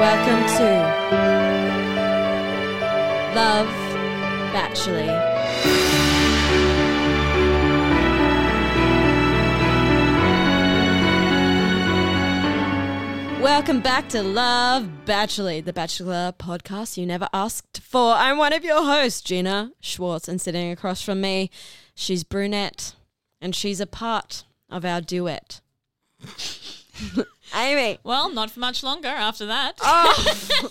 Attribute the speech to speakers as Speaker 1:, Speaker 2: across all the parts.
Speaker 1: Welcome to Love Naturally. Welcome back to Love Bachelor, the Bachelor podcast you never asked for. I'm one of your hosts, Gina Schwartz, and sitting across from me, she's brunette, and she's a part of our duet. Amy.
Speaker 2: Well, not for much longer after that.
Speaker 1: Oh,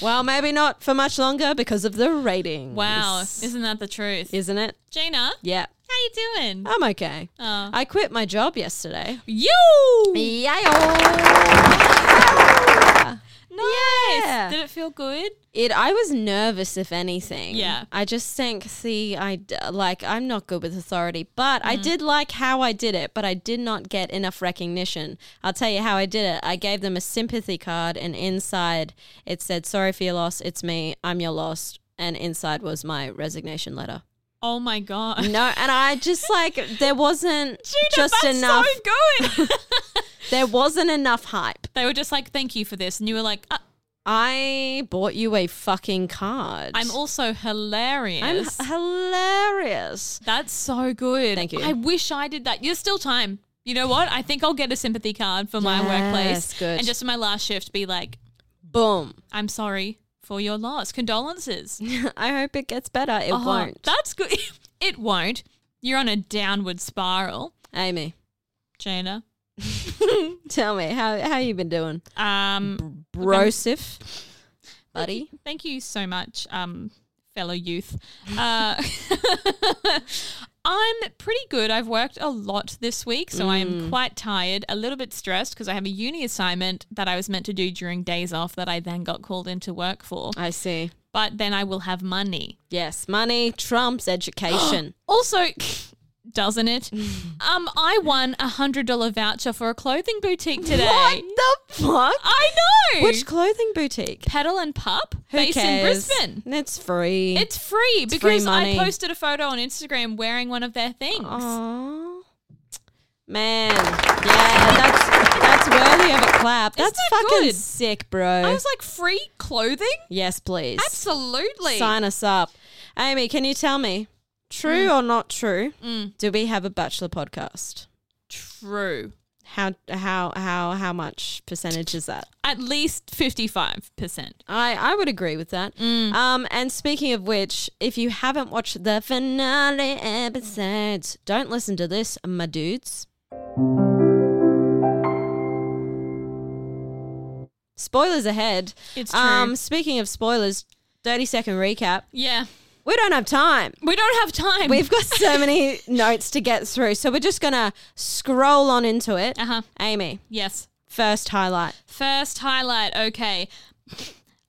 Speaker 1: Well, maybe not for much longer because of the ratings.
Speaker 2: wow, isn't that the truth?
Speaker 1: Isn't it?
Speaker 2: Gina,
Speaker 1: Yeah.
Speaker 2: how you doing?
Speaker 1: I'm okay.
Speaker 2: Oh.
Speaker 1: I quit my job yesterday.
Speaker 2: you
Speaker 1: Yeah.
Speaker 2: nice.
Speaker 1: Yeah.
Speaker 2: Did it feel good?
Speaker 1: It. I was nervous, if anything.
Speaker 2: Yeah.
Speaker 1: I just think, see, I d- like I'm not good with authority, but
Speaker 2: Mm-hmm.
Speaker 1: I did like how I did it, but I did not get enough recognition. I'll tell you how I did it. I gave them a sympathy card, and inside it said, "Sorry for your loss. It's me. I'm your loss." And inside was my resignation letter.
Speaker 2: Oh my god,
Speaker 1: No, and I just like there wasn't
Speaker 2: Gina,
Speaker 1: just
Speaker 2: that's
Speaker 1: enough.
Speaker 2: So good.
Speaker 1: There wasn't enough hype.
Speaker 2: they were just like, "Thank you for this," and you were like, "Uh,
Speaker 1: I bought you a fucking card.
Speaker 2: "I'm also hilarious."
Speaker 1: I'm h- hilarious.
Speaker 2: that's so good.
Speaker 1: Thank you.
Speaker 2: I wish I did that. There's still time. You know what? I think I'll get a sympathy card for my
Speaker 1: Yes,
Speaker 2: workplace,
Speaker 1: good.
Speaker 2: and just in my last shift, be like,
Speaker 1: Boom.
Speaker 2: "I'm sorry for your loss. Condolences."
Speaker 1: I hope it gets better. It
Speaker 2: Oh,
Speaker 1: won't.
Speaker 2: That's good. it won't. You're on a downward spiral,
Speaker 1: Amy,
Speaker 2: Jana.
Speaker 1: tell me how how you been doing,
Speaker 2: Um,
Speaker 1: Brosif, buddy?
Speaker 2: thank you so much, um, fellow youth. Uh, I'm pretty good. I've worked a lot this week, so I
Speaker 1: Mm.
Speaker 2: am quite tired, a little bit stressed because I have a uni assignment that I was meant to do during days off that I then got called into work for.
Speaker 1: I see.
Speaker 2: But then I will have money.
Speaker 1: Yes, money trumps education.
Speaker 2: Also, doesn't it? Um, I won a hundred dollar voucher for a clothing boutique today.
Speaker 1: What the fuck?
Speaker 2: I know.
Speaker 1: Which clothing boutique?
Speaker 2: pedal and pup
Speaker 1: Who
Speaker 2: based in
Speaker 1: cares?
Speaker 2: Brisbane?
Speaker 1: It's free.
Speaker 2: It's free
Speaker 1: It's free
Speaker 2: because
Speaker 1: money. Oh.
Speaker 2: I posted a photo on Instagram wearing one of their things.
Speaker 1: Aw. Man, yeah, that's that's worthy of a clap.
Speaker 2: Isn't
Speaker 1: That's
Speaker 2: that
Speaker 1: fucking
Speaker 2: good?
Speaker 1: sick, bro.
Speaker 2: I was like, free clothing?
Speaker 1: yes, please.
Speaker 2: Absolutely.
Speaker 1: Sign us up. Amy, can you tell me, Mm. true or not true? Do we have a bachelor podcast?
Speaker 2: True.
Speaker 1: How how how how much percentage is that?
Speaker 2: At least 55%.
Speaker 1: I, I would agree with that.
Speaker 2: Mm.
Speaker 1: Um, and speaking of which, if you haven't watched the finale episodes, don't listen to this, my dudes. Spoilers ahead.
Speaker 2: It's true.
Speaker 1: Um, speaking of spoilers, 30 second recap.
Speaker 2: Yeah.
Speaker 1: We don't have time.
Speaker 2: We don't have time.
Speaker 1: We've got so many notes to get through. So we're just going to scroll on into it.
Speaker 2: Uh-huh.
Speaker 1: Amy,
Speaker 2: Yes.
Speaker 1: first highlight.
Speaker 2: First highlight. Okay.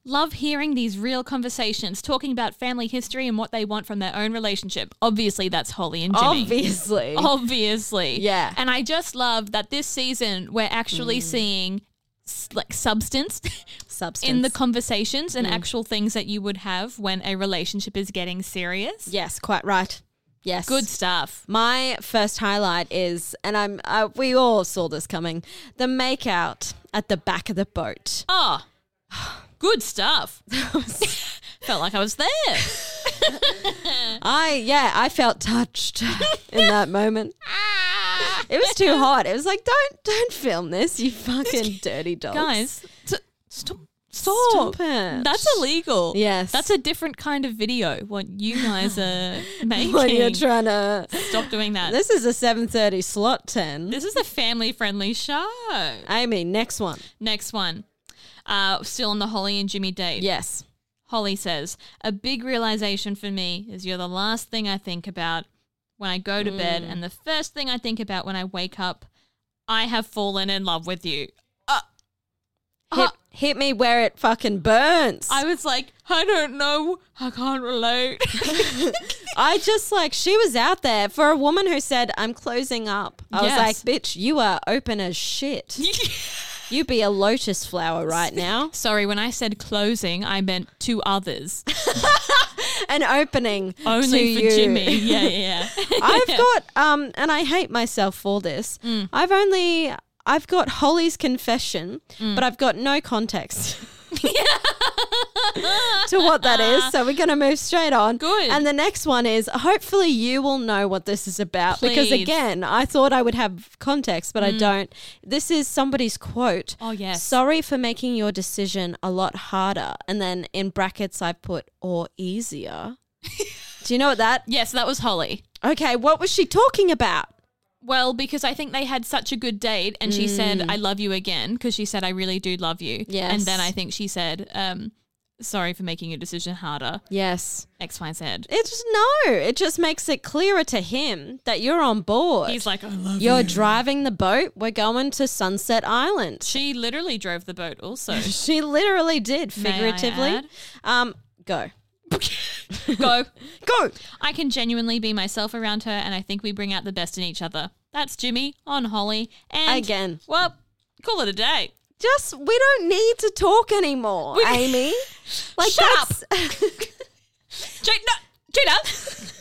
Speaker 2: Love hearing these real conversations, talking about family history and what they want from their own relationship. Obviously, that's Holly and Jimmy. Oh,
Speaker 1: Obviously.
Speaker 2: obviously
Speaker 1: Yeah. Mm.
Speaker 2: and i just love that this season we're actually seeing s- like substance
Speaker 1: Substance. Mm.
Speaker 2: in the conversations and actual things that you would have when a relationship is getting serious
Speaker 1: Yes, quite right. Yes.
Speaker 2: good stuff
Speaker 1: My first highlight is, and I'm, I, we all saw this coming, the makeout at the back of the boat.
Speaker 2: oh good stuff felt like i was there
Speaker 1: I, yeah, I felt touched in that moment. It was too hot. It was like, don't, don't film this, you fucking dirty dogs.
Speaker 2: guys t- stop
Speaker 1: stop
Speaker 2: stop
Speaker 1: it.
Speaker 2: that's illegal
Speaker 1: Yes.
Speaker 2: that's a different kind of video what you guys are making
Speaker 1: when you're trying to.
Speaker 2: stop doing that this,
Speaker 1: This is a 7:30 slot 10.
Speaker 2: this is a family friendly show
Speaker 1: Amy, next one.
Speaker 2: Next one. Uh, still on the Holly and Jimmy date.
Speaker 1: Yes.
Speaker 2: Holly says, A big realization for me is you're the last thing I think about when I go to bed,
Speaker 1: Mm.
Speaker 2: and the first thing I think about when I wake up, I have fallen in love with you.
Speaker 1: Hit, hit me where it fucking burns.
Speaker 2: I was like, I don't know. I can't relate.
Speaker 1: I just like she was out there for a woman who said, "I'm closing up." I
Speaker 2: Yes.
Speaker 1: was like, "Bitch, you are open as shit. you be a lotus flower right now.
Speaker 2: Sorry, when I said closing, I meant to others.
Speaker 1: An opening
Speaker 2: Only
Speaker 1: to
Speaker 2: for
Speaker 1: you.
Speaker 2: Jimmy. Yeah, yeah. yeah.
Speaker 1: I've got um, and I hate myself for this.
Speaker 2: Mm.
Speaker 1: I've only I've got Holly's confession,
Speaker 2: Mm.
Speaker 1: but I've got no context. to what that is, so we're going to move straight on.
Speaker 2: Good.
Speaker 1: And the next one is hopefully you will know what this is about because
Speaker 2: Please. Mm.
Speaker 1: again, I thought I would have context, but I don't. This is somebody's quote.
Speaker 2: Oh, yes.
Speaker 1: Sorry for making your decision a lot harder, and then in brackets I put or easier. Do you know what that
Speaker 2: yes, that was Holly.
Speaker 1: Okay, what was she talking about?
Speaker 2: Well, because I think they had such a good date, and she
Speaker 1: Mm.
Speaker 2: said, "I love you again," because she said, "I really do love you."
Speaker 1: Yes.
Speaker 2: And then I think she said, um, "Sorry for making your decision harder."
Speaker 1: Yes.
Speaker 2: X, Y, and Z.
Speaker 1: It's just no, it just makes it clearer to him that you're on board.
Speaker 2: He's like, "Hmm." "I love you."
Speaker 1: you're driving the boat. We're going to Sunset Island.
Speaker 2: She literally drove the boat. Also,
Speaker 1: She literally did,
Speaker 2: May I
Speaker 1: figuratively.
Speaker 2: add?
Speaker 1: Um, go.
Speaker 2: go.
Speaker 1: Go.
Speaker 2: I can genuinely be myself around her, and I think we bring out the best in each other. That's Jimmy on Holly, and
Speaker 1: Again.
Speaker 2: well, call it a day.
Speaker 1: Just we don't need to talk anymore, Amy. Like
Speaker 2: Shut
Speaker 1: that's
Speaker 2: Jade, no, Jada,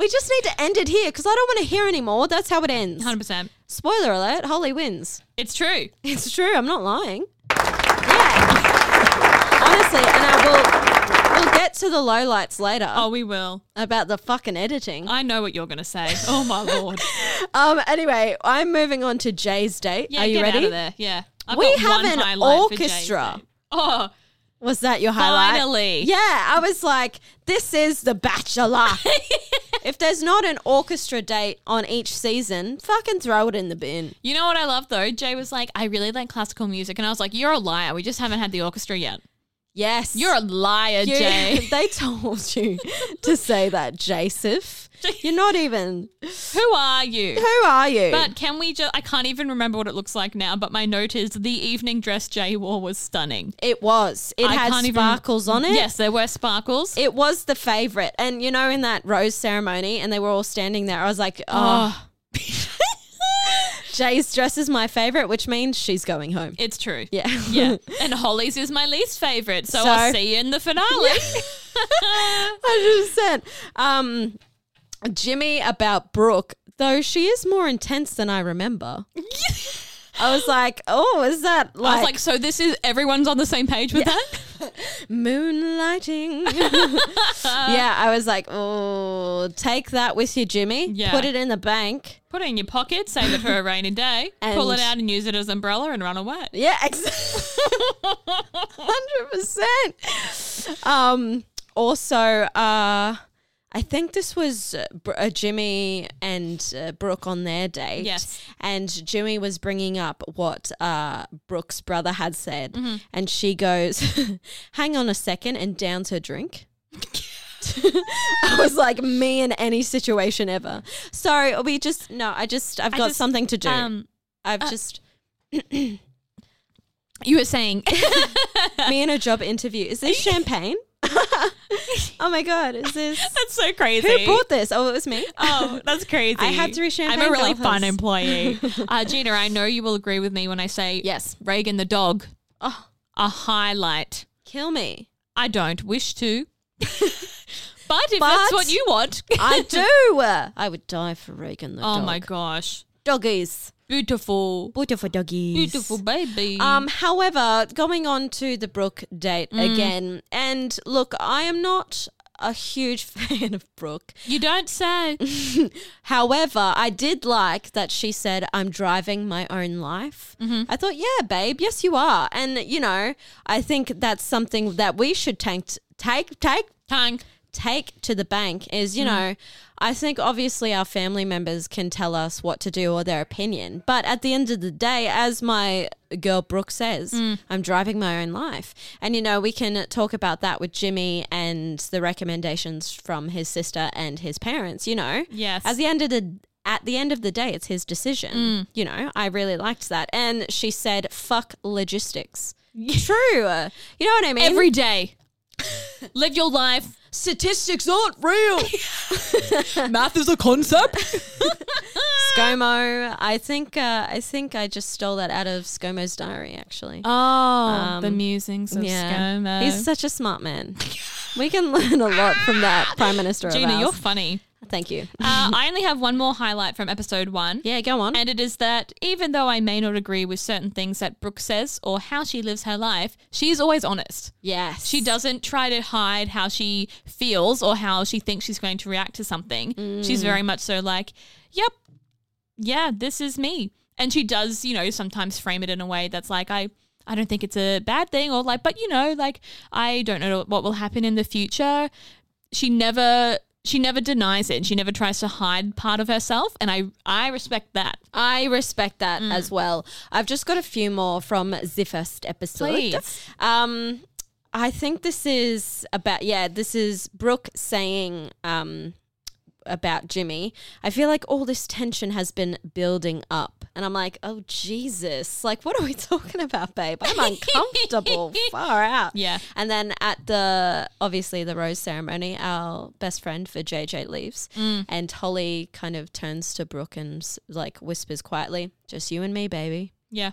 Speaker 1: we just need to end it here because I don't want to hear anymore. That's how it ends.
Speaker 2: hundred percent.
Speaker 1: Spoiler alert, Holly wins.
Speaker 2: It's true.
Speaker 1: It's true. I'm not lying. Yeah. Honestly, and I will. We'll get to the lowlights later
Speaker 2: Oh, we will.
Speaker 1: about the fucking editing.
Speaker 2: I know what you're gonna say. Oh my lord.
Speaker 1: Um. Anyway, I'm moving on to Jay's date.
Speaker 2: Yeah,
Speaker 1: Are you
Speaker 2: get
Speaker 1: ready?
Speaker 2: out of there. Yeah. I've
Speaker 1: We
Speaker 2: got
Speaker 1: have
Speaker 2: one
Speaker 1: an
Speaker 2: highlight for Jay
Speaker 1: orchestra.
Speaker 2: today. Oh,
Speaker 1: Was that your highlight?
Speaker 2: Finally.
Speaker 1: Yeah, I was like, this is The Bachelor. if there's not an orchestra date on each season, fucking throw it in the bin.
Speaker 2: you know what I love though? Jay was like, I really like classical music. And I was like, You're a liar. We just haven't had the orchestra yet.
Speaker 1: Yes.
Speaker 2: You're a liar,
Speaker 1: You-
Speaker 2: Jay.
Speaker 1: they told you to say that, Jasif. You're not even.
Speaker 2: Who are you?
Speaker 1: Who are you?
Speaker 2: But can we just, I can't even remember what it looks like now, but my note is the evening dress Jay wore was stunning.
Speaker 1: it was. It
Speaker 2: I
Speaker 1: had
Speaker 2: can't even-
Speaker 1: sparkles on it.
Speaker 2: Yes, there were sparkles.
Speaker 1: It was the favorite. And you know, in that rose ceremony, and they were all standing there, I was like, oh.
Speaker 2: oh,
Speaker 1: Jay's dress is my favorite, which means she's going home.
Speaker 2: it's true.
Speaker 1: Yeah.
Speaker 2: Yeah. And Holly's is my least favorite. So,
Speaker 1: So-
Speaker 2: I'll see you in the finale.
Speaker 1: hundred percent. Um, Jimmy about Brooke, though she is more intense than I remember. I was like, oh, is that
Speaker 2: I
Speaker 1: like,
Speaker 2: was like, so this is everyone's on the same page with that?
Speaker 1: moonlighting? yeah, I was like, oh, take that with you, Jimmy.
Speaker 2: Yeah.
Speaker 1: Put it in the bank.
Speaker 2: Put it in your pocket, save it for a rainy day, pull
Speaker 1: And-
Speaker 2: it out and use it as umbrella and run away.
Speaker 1: Yeah, hundred percent. Um, also, uh, I think this was uh, Br- uh, Jimmy and uh, Brooke on their date.
Speaker 2: Yes.
Speaker 1: and Jimmy was bringing up what uh, Brooke's brother had said,
Speaker 2: Mm-hmm.
Speaker 1: and she goes, "Hang on a second, and downs her drink. I was like, "Me in any situation ever." Sorry, we just no. I just I've
Speaker 2: I
Speaker 1: got
Speaker 2: just-
Speaker 1: something to do.
Speaker 2: Um,
Speaker 1: I've just
Speaker 2: you were saying,
Speaker 1: me in a job interview. Is this champagne? oh my god, is this?
Speaker 2: that's so crazy.
Speaker 1: Who bought this? Oh, it was me.
Speaker 2: Oh, that's crazy.
Speaker 1: I had three champagne
Speaker 2: I'm a really
Speaker 1: gulpers.
Speaker 2: fun employee. Uh, Gina, I know you will agree with me when I say
Speaker 1: Yes.
Speaker 2: Reagan the dog,
Speaker 1: Oh,
Speaker 2: a highlight.
Speaker 1: kill me.
Speaker 2: I don't wish to. but if
Speaker 1: But-
Speaker 2: that's what you want.
Speaker 1: I do. I would die for Reagan the
Speaker 2: oh
Speaker 1: dog.
Speaker 2: my gosh.
Speaker 1: doggies,
Speaker 2: Beautiful.
Speaker 1: beautiful doggies,
Speaker 2: Beautiful baby.
Speaker 1: Um, however, going on to the Brooke date again, and look, I am not a huge fan of Brooke.
Speaker 2: you don't say.
Speaker 1: However, I did like that she said, I'm driving my own life. I thought, yeah, babe, yes, you are. And, you know, I think that's something that we should tank, take, take,
Speaker 2: Tongue.
Speaker 1: take to the bank is,
Speaker 2: Mm.
Speaker 1: you know, I think obviously our family members can tell us what to do or their opinion. But at the end of the day, as my girl Brooke says,
Speaker 2: Mm.
Speaker 1: I'm driving my own life. And, you know, we can talk about that with Jimmy and the recommendations from his sister and his parents, you know.
Speaker 2: Yes.
Speaker 1: As the end of the at the end of the day, it's his decision.
Speaker 2: Mm.
Speaker 1: You know, I really liked that. And she said, fuck logistics. True. You know what I mean?
Speaker 2: Every day. Live your life.
Speaker 1: statistics aren't real.
Speaker 2: Math is a concept.
Speaker 1: ScoMo, I think uh, I think I just stole that out of ScoMo's diary actually.
Speaker 2: Oh, the musings of ScoMo.
Speaker 1: Um, He's such a smart man. we can learn a lot from that Prime Minister of
Speaker 2: Gina,
Speaker 1: ours.
Speaker 2: you're funny.
Speaker 1: Thank you.
Speaker 2: Uh, I only have one more highlight from episode one.
Speaker 1: Yeah, go on.
Speaker 2: And it is that even though I may not agree with certain things that Brooke says or how she lives her life, she's always honest.
Speaker 1: yes.
Speaker 2: She doesn't try to hide how she feels or how she thinks she's going to react to something. She's very much so like, yep, yeah, this is me. And she does, you know, sometimes frame it in a way that's like, I. I don't think it's a bad thing, or like, but you know, like, I don't know what will happen in the future she never she never denies it and she never tries to hide part of herself and i i respect that
Speaker 1: I respect that as well. I've just got a few more from the first episode.
Speaker 2: Please.
Speaker 1: Um, I think this is about yeah. This is Brooke saying um about Jimmy. I feel like all this tension has been building up, and I'm like, oh Jesus! Like, what are we talking about, babe? I'm uncomfortable. Far out.
Speaker 2: Yeah.
Speaker 1: And then at the obviously the rose ceremony, our best friend for JJ leaves,
Speaker 2: Mm.
Speaker 1: and Holly kind of turns to Brooke and s- like whispers quietly, "Just you and me, baby."
Speaker 2: yeah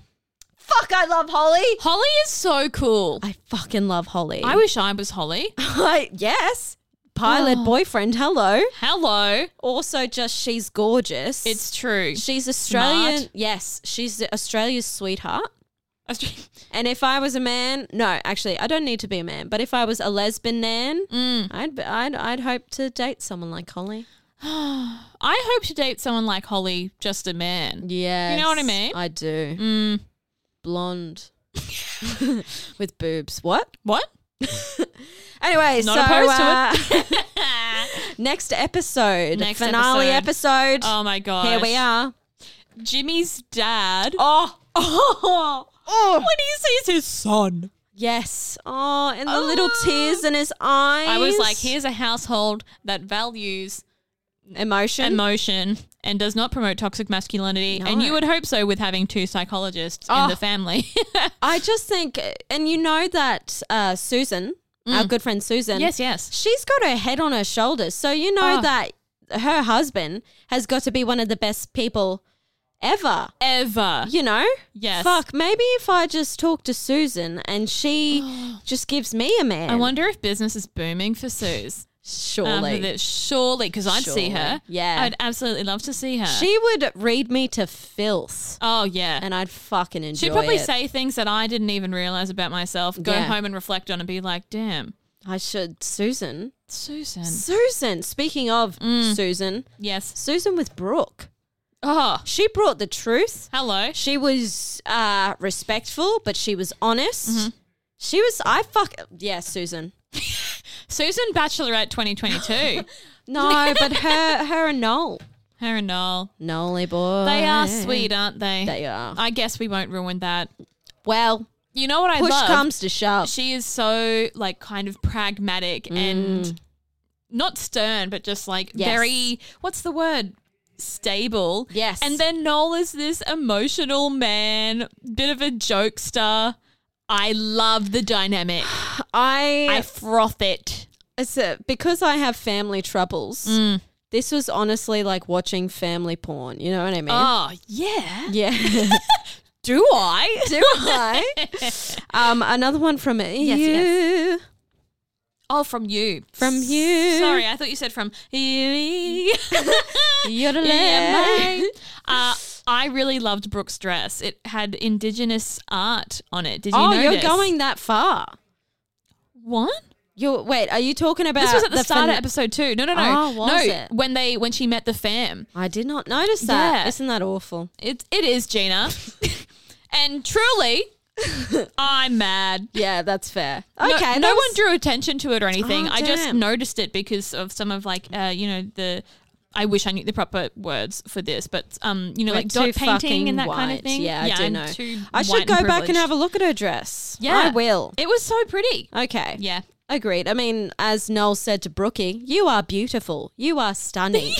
Speaker 1: Fuck, I love Holly.
Speaker 2: holly is so cool
Speaker 1: I fucking love Holly.
Speaker 2: i wish i was holly
Speaker 1: I- yes, pilot
Speaker 2: Oh.
Speaker 1: boyfriend. Hello.
Speaker 2: hello
Speaker 1: Also, just she's gorgeous.
Speaker 2: it's true
Speaker 1: she's Australian.
Speaker 2: Smart.
Speaker 1: Yes, she's Australia's sweetheart.
Speaker 2: Aust-
Speaker 1: And if I was a man, no, actually, I don't need to be a man. But if I was a lesbian nan, I'd, be- I'd I'd hope to date someone like Holly.
Speaker 2: i hope to date someone like holly just a man
Speaker 1: Yeah,
Speaker 2: You know what I mean?
Speaker 1: I Mm. do. Blonde with boobs. What?
Speaker 2: what
Speaker 1: Anyway,
Speaker 2: Not
Speaker 1: so
Speaker 2: opposed
Speaker 1: uh, next episode,
Speaker 2: Next
Speaker 1: finale
Speaker 2: episode.
Speaker 1: episode.
Speaker 2: oh my god
Speaker 1: Here we are.
Speaker 2: jimmy's dad oh oh, when he sees his son
Speaker 1: Yes. Oh, and the little tears in his eyes.
Speaker 2: i was like here's a household that values
Speaker 1: emotion.
Speaker 2: emotion and does not promote toxic masculinity. And
Speaker 1: No.
Speaker 2: you would hope so with having two psychologists
Speaker 1: Oh.
Speaker 2: in the family.
Speaker 1: I just think, and you know that uh, Susan, our good friend Susan,
Speaker 2: Mm. yes, yes.
Speaker 1: she's got her head on her shoulders. So you know
Speaker 2: Oh.
Speaker 1: that her husband has got to be one of the best people ever.
Speaker 2: Ever.
Speaker 1: You know?
Speaker 2: Yes.
Speaker 1: Fuck, maybe if I just talk to Susan and she just gives me a man.
Speaker 2: I um, wonder if business is booming for Suze.
Speaker 1: Surely.
Speaker 2: After this. Surely, because I'd see her.
Speaker 1: Surely. Yeah.
Speaker 2: I'd absolutely love to see her.
Speaker 1: she would read me to filth
Speaker 2: oh, yeah.
Speaker 1: and I'd fucking enjoy
Speaker 2: She'd probably
Speaker 1: it.
Speaker 2: say things that I didn't even realize about myself, go
Speaker 1: Yeah.
Speaker 2: home and reflect on and be like, damn,
Speaker 1: I should. Susan.
Speaker 2: Susan.
Speaker 1: Susan. Speaking of
Speaker 2: Mm.
Speaker 1: Susan,
Speaker 2: Yes.
Speaker 1: Susan with Brooke.
Speaker 2: Oh,
Speaker 1: She brought the truth.
Speaker 2: hello.
Speaker 1: She was uh, respectful, but she was honest.
Speaker 2: Mm-hmm.
Speaker 1: She was. I fuck. Yeah, Susan.
Speaker 2: Susan Bachelorette 2022.
Speaker 1: No, but her, her and Noel.
Speaker 2: her and Noel.
Speaker 1: Nolly boy.
Speaker 2: They are sweet, aren't they?
Speaker 1: Oh, They are.
Speaker 2: I guess we won't ruin that.
Speaker 1: Well,
Speaker 2: You know what I
Speaker 1: push
Speaker 2: love?
Speaker 1: comes to shove.
Speaker 2: She is so like kind of pragmatic and not stern, but just like
Speaker 1: Mm. Yes.
Speaker 2: very what's the word? Stable.
Speaker 1: Yes.
Speaker 2: And then Noel is this emotional man, bit of a jokester. I love the dynamic.
Speaker 1: I,
Speaker 2: I froth it.
Speaker 1: it's a, because I have family troubles.
Speaker 2: Mm.
Speaker 1: This was honestly like watching family porn. You know what I mean?
Speaker 2: Oh yeah.
Speaker 1: Yeah.
Speaker 2: Do I?
Speaker 1: Do I? um, another one from you.
Speaker 2: yes. oh, from you.
Speaker 1: From you.
Speaker 2: Sorry, I thought you said from you.
Speaker 1: Yodelay.
Speaker 2: Yeah, mate. uh, I really loved Brooke's dress. It had indigenous art on it. Did you
Speaker 1: oh,
Speaker 2: notice?
Speaker 1: you're going that far.
Speaker 2: what?
Speaker 1: You wait. Are you talking about
Speaker 2: This was at the, start
Speaker 1: fin-
Speaker 2: of episode two. No, no, no,
Speaker 1: Oh, was
Speaker 2: no.
Speaker 1: it?
Speaker 2: When they when she met the fam,
Speaker 1: I did not notice that.
Speaker 2: Yeah.
Speaker 1: not that awful?
Speaker 2: it it is Gina, and truly, I'm mad.
Speaker 1: Yeah, that's fair. Okay,
Speaker 2: No-
Speaker 1: that
Speaker 2: no,
Speaker 1: was-
Speaker 2: one drew attention to it or anything.
Speaker 1: Oh,
Speaker 2: I just
Speaker 1: damn.
Speaker 2: noticed it because of some of like uh, you know the. I wish I knew the proper words for this, but um, you know,
Speaker 1: We're
Speaker 2: like dot
Speaker 1: too
Speaker 2: painting
Speaker 1: fucking
Speaker 2: and that kind
Speaker 1: white.
Speaker 2: of thing.
Speaker 1: Yeah, I do
Speaker 2: I'm
Speaker 1: know.
Speaker 2: too
Speaker 1: I should
Speaker 2: white
Speaker 1: go back and
Speaker 2: privileged.
Speaker 1: have a look at her dress.
Speaker 2: Yeah,
Speaker 1: I will.
Speaker 2: It was so pretty.
Speaker 1: Okay.
Speaker 2: Yeah,
Speaker 1: Agreed. I mean, as Noel said to Brookie, you are beautiful. You are stunning.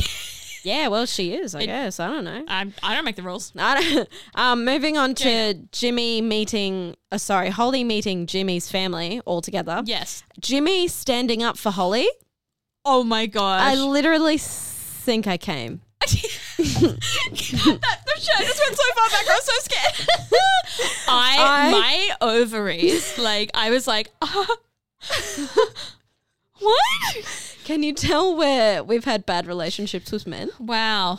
Speaker 1: yeah, well, she is, I guess. I don't know.
Speaker 2: I, I don't make the rules.
Speaker 1: I don't, um, moving on to Jimmy meeting, uh, sorry, Holly meeting Jimmy's family all together.
Speaker 2: Yes.
Speaker 1: Jimmy standing up for Holly.
Speaker 2: Oh my gosh.
Speaker 1: I literally think I came.
Speaker 2: that, the shirt just went so far back. I was so scared. I,
Speaker 1: I-
Speaker 2: my ovaries, like I was like, ah. what?
Speaker 1: Can you tell where we've had bad relationships with men?
Speaker 2: Wow.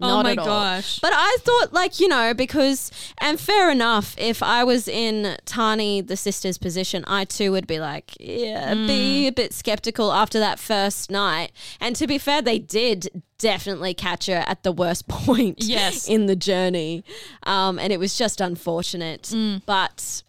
Speaker 2: oh
Speaker 1: Not
Speaker 2: my
Speaker 1: at all.
Speaker 2: gosh.
Speaker 1: But I thought, like, you know, because, and fair enough, if I was in Tani, the sister's position, I too would be like, yeah,
Speaker 2: Hmm.
Speaker 1: be a bit skeptical after that first night. And to be fair, they did definitely catch her at the worst point
Speaker 2: Yes.
Speaker 1: in the journey. Um, and it was just unfortunate.
Speaker 2: Hmm.
Speaker 1: But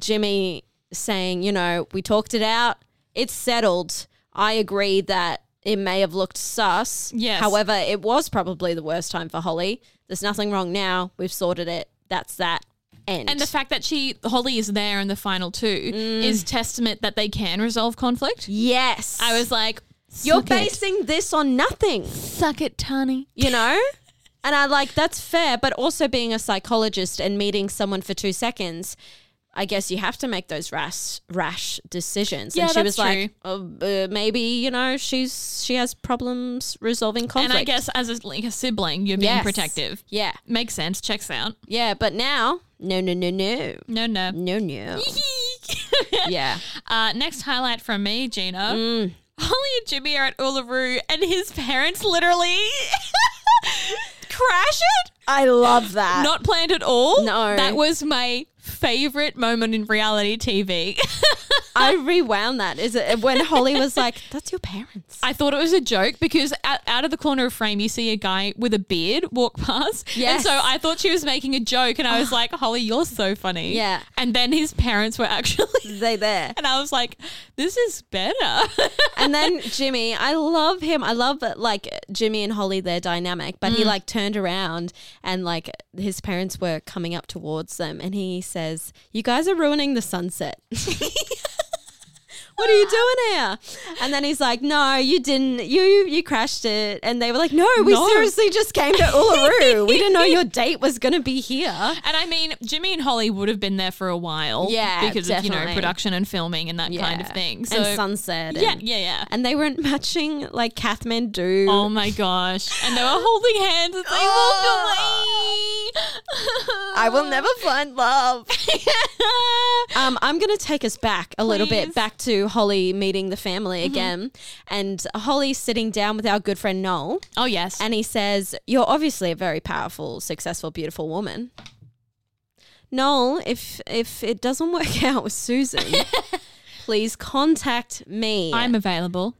Speaker 1: Jimmy saying, you know, we talked it out, it's settled. I agree that. It may have looked sus.
Speaker 2: Yes.
Speaker 1: However, However, it was probably the worst time for Holly. There's nothing wrong now. We've sorted it. That's that. End.
Speaker 2: and the fact that she Holly is there in the final two is testament that they can resolve conflict.
Speaker 1: yes.
Speaker 2: I was like,
Speaker 1: You're
Speaker 2: suck it.
Speaker 1: basing this on nothing,
Speaker 2: suck it, Tani.
Speaker 1: you know? and I like, that's fair. But also being a psychologist and meeting someone for two seconds. I guess you have to make those rash rash decisions.
Speaker 2: Yeah,
Speaker 1: and she
Speaker 2: that's
Speaker 1: was like, oh, uh, maybe you know, she's she has problems resolving conflict.
Speaker 2: And I guess as a, like a sibling, you're being
Speaker 1: Yes.
Speaker 2: protective.
Speaker 1: yeah,
Speaker 2: Makes sense. Checks out.
Speaker 1: yeah. But now, no, no, no, no,
Speaker 2: No, no.
Speaker 1: no, no. yeah,
Speaker 2: Uh, next highlight from me, Gina. Holly and Jimmy are at Uluru, and his parents literally crash it.
Speaker 1: I love that.
Speaker 2: Not planned at all.
Speaker 1: No.
Speaker 2: that was my favorite moment in reality TV.
Speaker 1: I rewound that. Is it when Holly was like, "That's your parents"?
Speaker 2: I thought it was a joke because out, out of the corner of frame, you see a guy with a beard walk past.
Speaker 1: Yes.
Speaker 2: And so I thought she was making a joke, and I was like, Holly, you're so funny.
Speaker 1: Yeah.
Speaker 2: And then his parents were actually.
Speaker 1: They there,
Speaker 2: And I was like, this is better.
Speaker 1: and then Jimmy. I love him. I love like Jimmy and Holly their dynamic. But he
Speaker 2: Mm.
Speaker 1: like turned around and like his parents were coming up towards them, and he says, "You guys are ruining the sunset." What are you doing here? And then he's like, "No, you didn't. You you crashed it." And they were like, "No, we
Speaker 2: No.
Speaker 1: seriously just came to Uluru. we didn't know your date was going to be here."
Speaker 2: And I mean, Jimmy and Holly would have been there for a while,
Speaker 1: Yeah,
Speaker 2: because of you
Speaker 1: definitely.
Speaker 2: know production and filming and that kind of
Speaker 1: Yeah.
Speaker 2: thing. So
Speaker 1: and sunset.
Speaker 2: yeah,
Speaker 1: and-
Speaker 2: yeah, yeah.
Speaker 1: and they weren't matching like Kathmandu.
Speaker 2: Oh my gosh! And they were holding hands as they
Speaker 1: Ah.
Speaker 2: walked away.
Speaker 1: I will never find love. um, I'm going to take us back a little
Speaker 2: Please. Mm-hmm.
Speaker 1: bit back to Holly meeting the family again, and Holly sitting down with our good friend Noel,
Speaker 2: oh yes,
Speaker 1: and he says, "You're obviously a very powerful, successful, beautiful woman." Noel, if if it doesn't work out with Susan, please contact me.
Speaker 2: I'm available.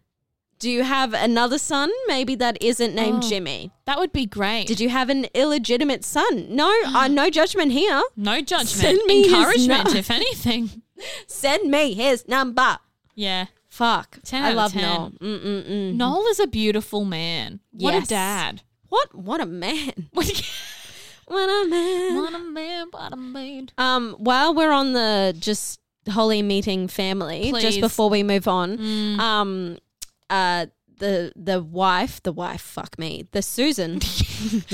Speaker 1: Do you have another son? Maybe that isn't named
Speaker 2: Oh.
Speaker 1: Jimmy.
Speaker 2: That would be great.
Speaker 1: Did you have an illegitimate son? No, uh, no judgment here.
Speaker 2: no judgment,
Speaker 1: Send me his
Speaker 2: encouragement,
Speaker 1: nu-
Speaker 2: if anything.
Speaker 1: Send me his number.
Speaker 2: Yeah,
Speaker 1: Fuck.
Speaker 2: 10
Speaker 1: I
Speaker 2: out of
Speaker 1: love
Speaker 2: 10.
Speaker 1: Noel. Mm-mm-mm.
Speaker 2: Noel is a beautiful man. What
Speaker 1: Mm-hmm. Yes.
Speaker 2: a dad.
Speaker 1: What? What a man. What a man.
Speaker 2: what a man, what a man.
Speaker 1: Um, while we're on the just Holly meeting family,
Speaker 2: Please. Mm.
Speaker 1: just before we move on, um, uh, the the wife, the wife, fuck me, the Susan, the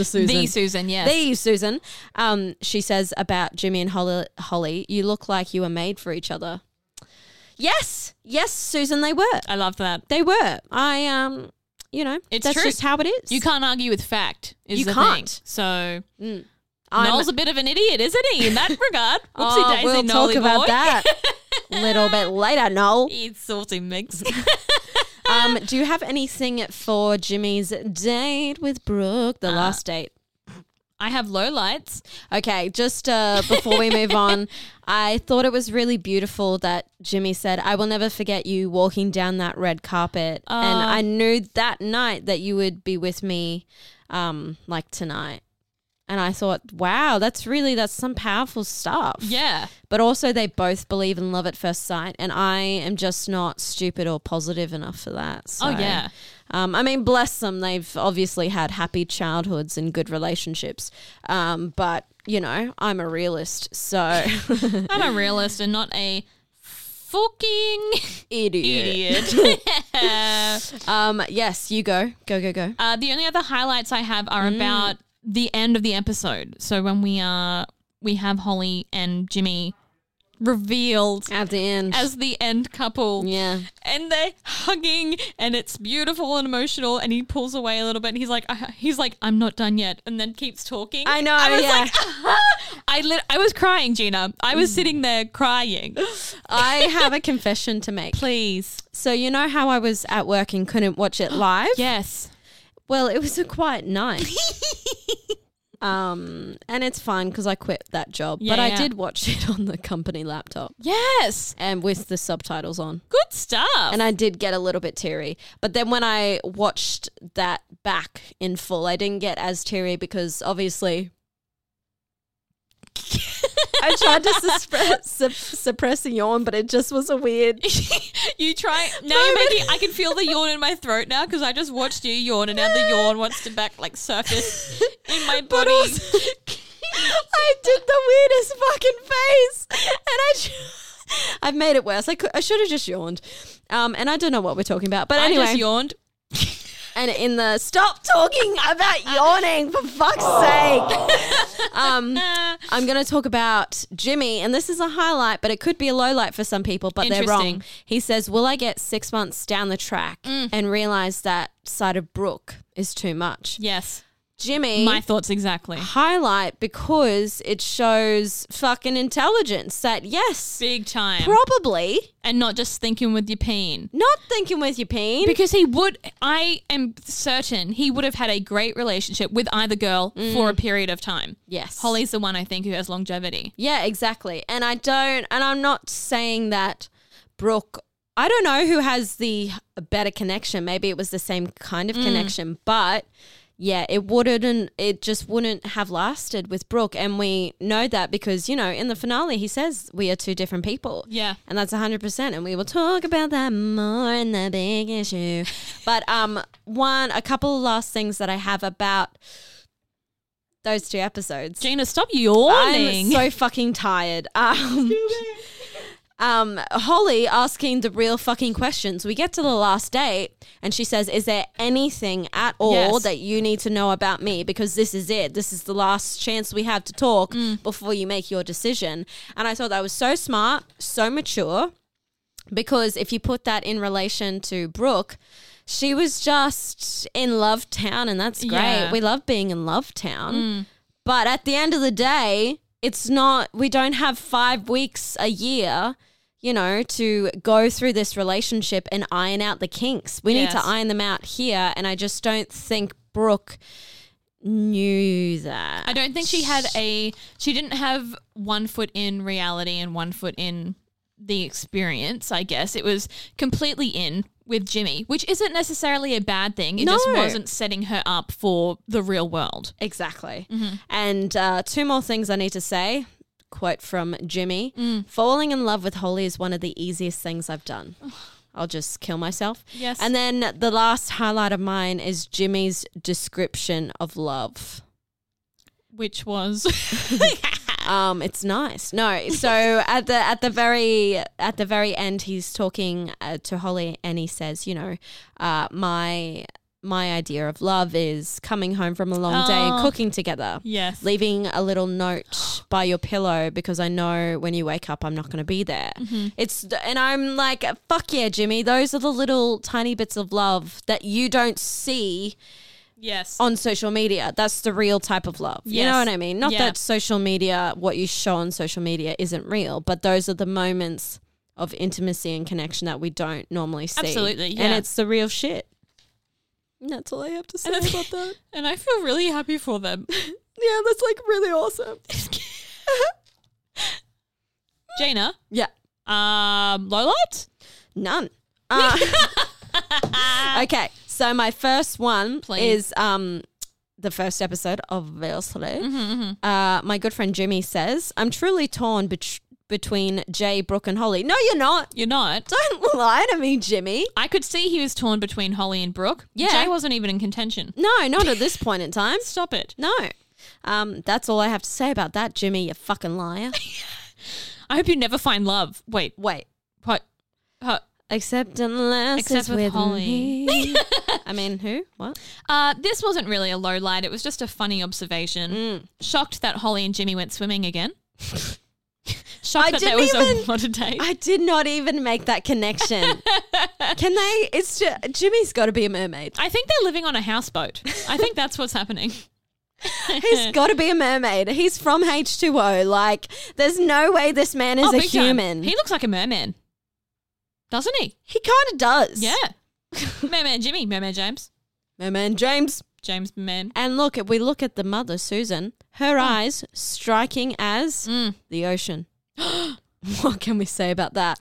Speaker 1: Susan,
Speaker 2: The Susan, yes.
Speaker 1: the Susan. Um, she says about Jimmy and Holly, Holly, you look like you were made for each other. Yes, yes, Susan, they were.
Speaker 2: I love that.
Speaker 1: They were. I um, you know,
Speaker 2: It's
Speaker 1: that's
Speaker 2: true.
Speaker 1: just how it is.
Speaker 2: You can't argue with fact. Is
Speaker 1: You
Speaker 2: the
Speaker 1: can't.
Speaker 2: Thing. So
Speaker 1: I'm-
Speaker 2: Noel's a bit of an idiot, isn't he? In that regard, whoopsie
Speaker 1: Oh,
Speaker 2: daisy,
Speaker 1: we'll
Speaker 2: Nolly
Speaker 1: talk about
Speaker 2: boy.
Speaker 1: that a little bit later, Noel.
Speaker 2: It's salty mix.
Speaker 1: Um, do you have anything for Jimmy's date with Brooke, the
Speaker 2: Uh.
Speaker 1: last date?
Speaker 2: I have low lights.
Speaker 1: Okay, just uh, before we move on, I thought it was really beautiful that Jimmy said, I will never forget you walking down that red carpet. and
Speaker 2: Uh.
Speaker 1: I knew that night that you would be with me, um, like tonight. And I thought, wow, that's really that's some powerful stuff.
Speaker 2: Yeah.
Speaker 1: But also they both believe in love at first sight and I am just not stupid or positive enough for that. So,
Speaker 2: Oh, yeah.
Speaker 1: Um, I mean, bless them. They've obviously had happy childhoods and good relationships. Um, but, you know, I'm a realist, so
Speaker 2: I'm a realist and not a fucking idiot.
Speaker 1: Um, yes, you go. Go, go, go.
Speaker 2: Uh, the only other highlights I have are
Speaker 1: Mm.
Speaker 2: about the end of the episode. So when we are we have Holly and Jimmy revealed
Speaker 1: At the end.
Speaker 2: as the end couple.
Speaker 1: yeah.
Speaker 2: And they're hugging, and it's beautiful and emotional. And he pulls away a little bit, and he's like, I, he's like, I'm not done yet, and then keeps talking.
Speaker 1: I know,
Speaker 2: I was
Speaker 1: yeah.
Speaker 2: like, I lit- I was crying, Gina. I
Speaker 1: Mm.
Speaker 2: was sitting there crying.
Speaker 1: I have a confession to make.
Speaker 2: Please,
Speaker 1: So you know how I was at work and couldn't watch it live?
Speaker 2: yes,
Speaker 1: Well, it was a quiet night. um, and it's fine because I quit that job.
Speaker 2: Yeah,
Speaker 1: but I
Speaker 2: yeah.
Speaker 1: did watch it on the company laptop
Speaker 2: yes,
Speaker 1: and with the subtitles on.
Speaker 2: good stuff.
Speaker 1: And I did get a little bit teary. But then when I watched that back in full, I didn't get as teary because obviously I tried to suppress, sup- suppress a yawn, but it just was a weird.
Speaker 2: you try now. You're making. I can feel the yawn in my throat now because I just watched you yawn, and now the yawn wants to back like surface in my
Speaker 1: But
Speaker 2: body.
Speaker 1: also, I did the weirdest fucking face, and I. tr- I've made it worse. I, could, I should have just yawned, um, and I don't know what we're talking about. But
Speaker 2: I
Speaker 1: anyway,
Speaker 2: just yawned.
Speaker 1: and in the stop talking about
Speaker 2: Uh,
Speaker 1: yawning for fuck's
Speaker 2: Oh.
Speaker 1: sake. um,
Speaker 2: Ah.
Speaker 1: I'm going to talk about Jimmy, and this is a highlight, but it could be a low light for some people, but they're wrong.
Speaker 2: Interesting. Mm.
Speaker 1: He says, Will I get six months down the track and realize that side of Brooke is too much?
Speaker 2: Yes,
Speaker 1: Jimmy.
Speaker 2: my thoughts exactly.
Speaker 1: Highlight because it shows fucking intelligence that yes,
Speaker 2: Big time,
Speaker 1: probably
Speaker 2: and not just thinking with your peen.
Speaker 1: not thinking with your peen.
Speaker 2: Because he would, I am certain he would have had a great relationship with either girl for a period of time.
Speaker 1: Mm. yes,
Speaker 2: Holly's the one I think who has longevity.
Speaker 1: Yeah, exactly. And I don't, and I'm not saying that Brooke, I don't know who has the better connection. Maybe it was the same kind of connection, but yeah, it wouldn't, it just wouldn't have lasted with Brooke. And we know that because, you know, in the finale, he says we are two different people.
Speaker 2: Yeah.
Speaker 1: And that's 100%. And we will talk about that more in the big issue. But um, one, a couple of last things that I have about those two episodes.
Speaker 2: Gina, stop yawning.
Speaker 1: I'm so fucking tired. Um, um, Holly asking the real fucking questions. We get to the last date, and she says, "Is there anything at all
Speaker 2: Yes.
Speaker 1: that you need to know about me? Because this is it. This is the last chance we have to talk
Speaker 2: Mm.
Speaker 1: before you make your decision." And I thought that was so smart, so mature, because if you put that in relation to Brooke. She was just in Love Town, and that's great.
Speaker 2: Yeah. Mm.
Speaker 1: We love being in Love Town. But at the end of the day, it's not, we don't have five weeks a year, you know, to go through this relationship and iron out the kinks. We need
Speaker 2: Yes.
Speaker 1: to iron them out here. And I just don't think Brooke knew that.
Speaker 2: I don't think she had a. She didn't have one foot in reality and one foot in the experience. I guess it was completely in with Jimmy, which isn't necessarily a bad thing. It just
Speaker 1: No.
Speaker 2: wasn't setting her up for the real world.
Speaker 1: Exactly. And uh, two more things I need to say. Quote from Jimmy Falling in love with Holly is one of the easiest things I've done. I'll just kill myself.
Speaker 2: Yes.
Speaker 1: And then the last highlight of mine is Jimmy's description of love.
Speaker 2: Which was
Speaker 1: Um, it's nice. No, so at the at the very at the very end, he's talking uh, to Holly, and he says, you know, uh, my my idea of love is coming home from a long day and
Speaker 2: Oh.
Speaker 1: cooking together
Speaker 2: yes,
Speaker 1: leaving a little note by your pillow because I know when you wake up I'm not going to be there. It's and I'm like fuck yeah Jimmy, those are the little tiny bits of love that you don't see
Speaker 2: yes,
Speaker 1: on social media. That's the real type of love. You know
Speaker 2: Yes.
Speaker 1: what I mean? Not
Speaker 2: Yeah.
Speaker 1: that social media what you show on social media isn't real, but those are the moments of intimacy and connection that we don't normally see.
Speaker 2: Absolutely,
Speaker 1: And
Speaker 2: yeah.
Speaker 1: it's the real shit. And that's all I have to say about that.
Speaker 2: and I feel really happy for them.
Speaker 1: Yeah, that's like really awesome.
Speaker 2: Gina,
Speaker 1: yeah.
Speaker 2: um, Lolot,
Speaker 1: None. Uh, okay, so my first one
Speaker 2: Please.
Speaker 1: is um, the first episode, obviously.
Speaker 2: Mm-hmm,
Speaker 1: Uh, my good friend Jimmy says, I'm truly torn bet- between Jay, Brooke, and Holly. No, you're not.
Speaker 2: You're not.
Speaker 1: Don't lie to me, Jimmy.
Speaker 2: I could see he was torn between Holly and Brooke.
Speaker 1: Yeah.
Speaker 2: Jay wasn't even in contention.
Speaker 1: No, not at this point in time.
Speaker 2: Stop it.
Speaker 1: No. Um, that's all I have to say about that, Jimmy, you fucking liar.
Speaker 2: I hope you never find love. Wait,
Speaker 1: Wait.
Speaker 2: what? Huh.
Speaker 1: Except unless
Speaker 2: Except
Speaker 1: it's
Speaker 2: with
Speaker 1: with,
Speaker 2: Holly.
Speaker 1: me. I mean, who? What?
Speaker 2: Uh, this wasn't really a low light. It was just a funny observation.
Speaker 1: Mm.
Speaker 2: Shocked that Holly and Jimmy went swimming again. Shocked
Speaker 1: I
Speaker 2: that there
Speaker 1: didn't
Speaker 2: was a
Speaker 1: even-
Speaker 2: water date.
Speaker 1: I did not even make that connection. Can they? It's just, Jimmy's got to be a mermaid.
Speaker 2: I think they're living on a houseboat. I think that's what's happening.
Speaker 1: He's got to be a mermaid. He's from H2O. Like, there's no way this man is
Speaker 2: Oh,
Speaker 1: a
Speaker 2: big time.
Speaker 1: human.
Speaker 2: He
Speaker 1: He,
Speaker 2: looks like a merman, doesn't he?
Speaker 1: kind of does.
Speaker 2: Yeah. merman Jimmy, merman James,
Speaker 1: Merman James.
Speaker 2: James man.
Speaker 1: And look, if we look at the mother, Susan, her
Speaker 2: Oh.
Speaker 1: eyes striking as
Speaker 2: Mm.
Speaker 1: the ocean. what can we say about that?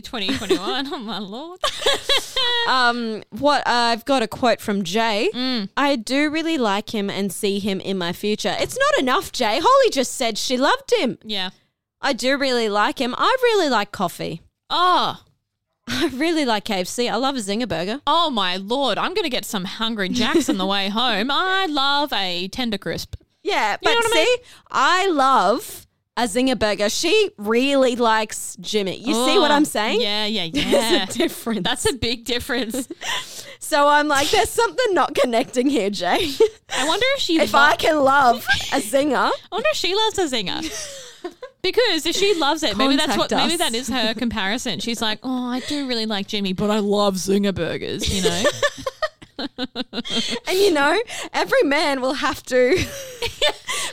Speaker 2: 2021. oh my lord.
Speaker 1: um, what I've got a quote from Jay. I do really like him and see him in my future. It's not enough, Jay. Holly just said she loved him.
Speaker 2: yeah.
Speaker 1: I do really like him. I really like coffee.
Speaker 2: Oh.
Speaker 1: I really like KFC. I love a zinger burger.
Speaker 2: Oh my lord. I'm gonna get some hungry jacks on the way home. I love a tender crisp.
Speaker 1: Yeah,
Speaker 2: You
Speaker 1: but
Speaker 2: know what
Speaker 1: see,
Speaker 2: I
Speaker 1: I, love a zinger burger. She really likes Jimmy. You see what
Speaker 2: Oh,
Speaker 1: I'm saying?
Speaker 2: Yeah, yeah, yeah.
Speaker 1: There's a difference.
Speaker 2: That's a big difference.
Speaker 1: so I'm like, there's something not connecting here, Jay.
Speaker 2: I wonder if she
Speaker 1: if
Speaker 2: lo-
Speaker 1: I can love a zinger,
Speaker 2: I wonder if she loves a zinger. Because if she loves it, maybe that's what
Speaker 1: Contact
Speaker 2: maybe
Speaker 1: us.
Speaker 2: that is her comparison. She's like, Oh, I do really like Jimmy, but I love Zinger burgers, you know?
Speaker 1: And you know, every man will have to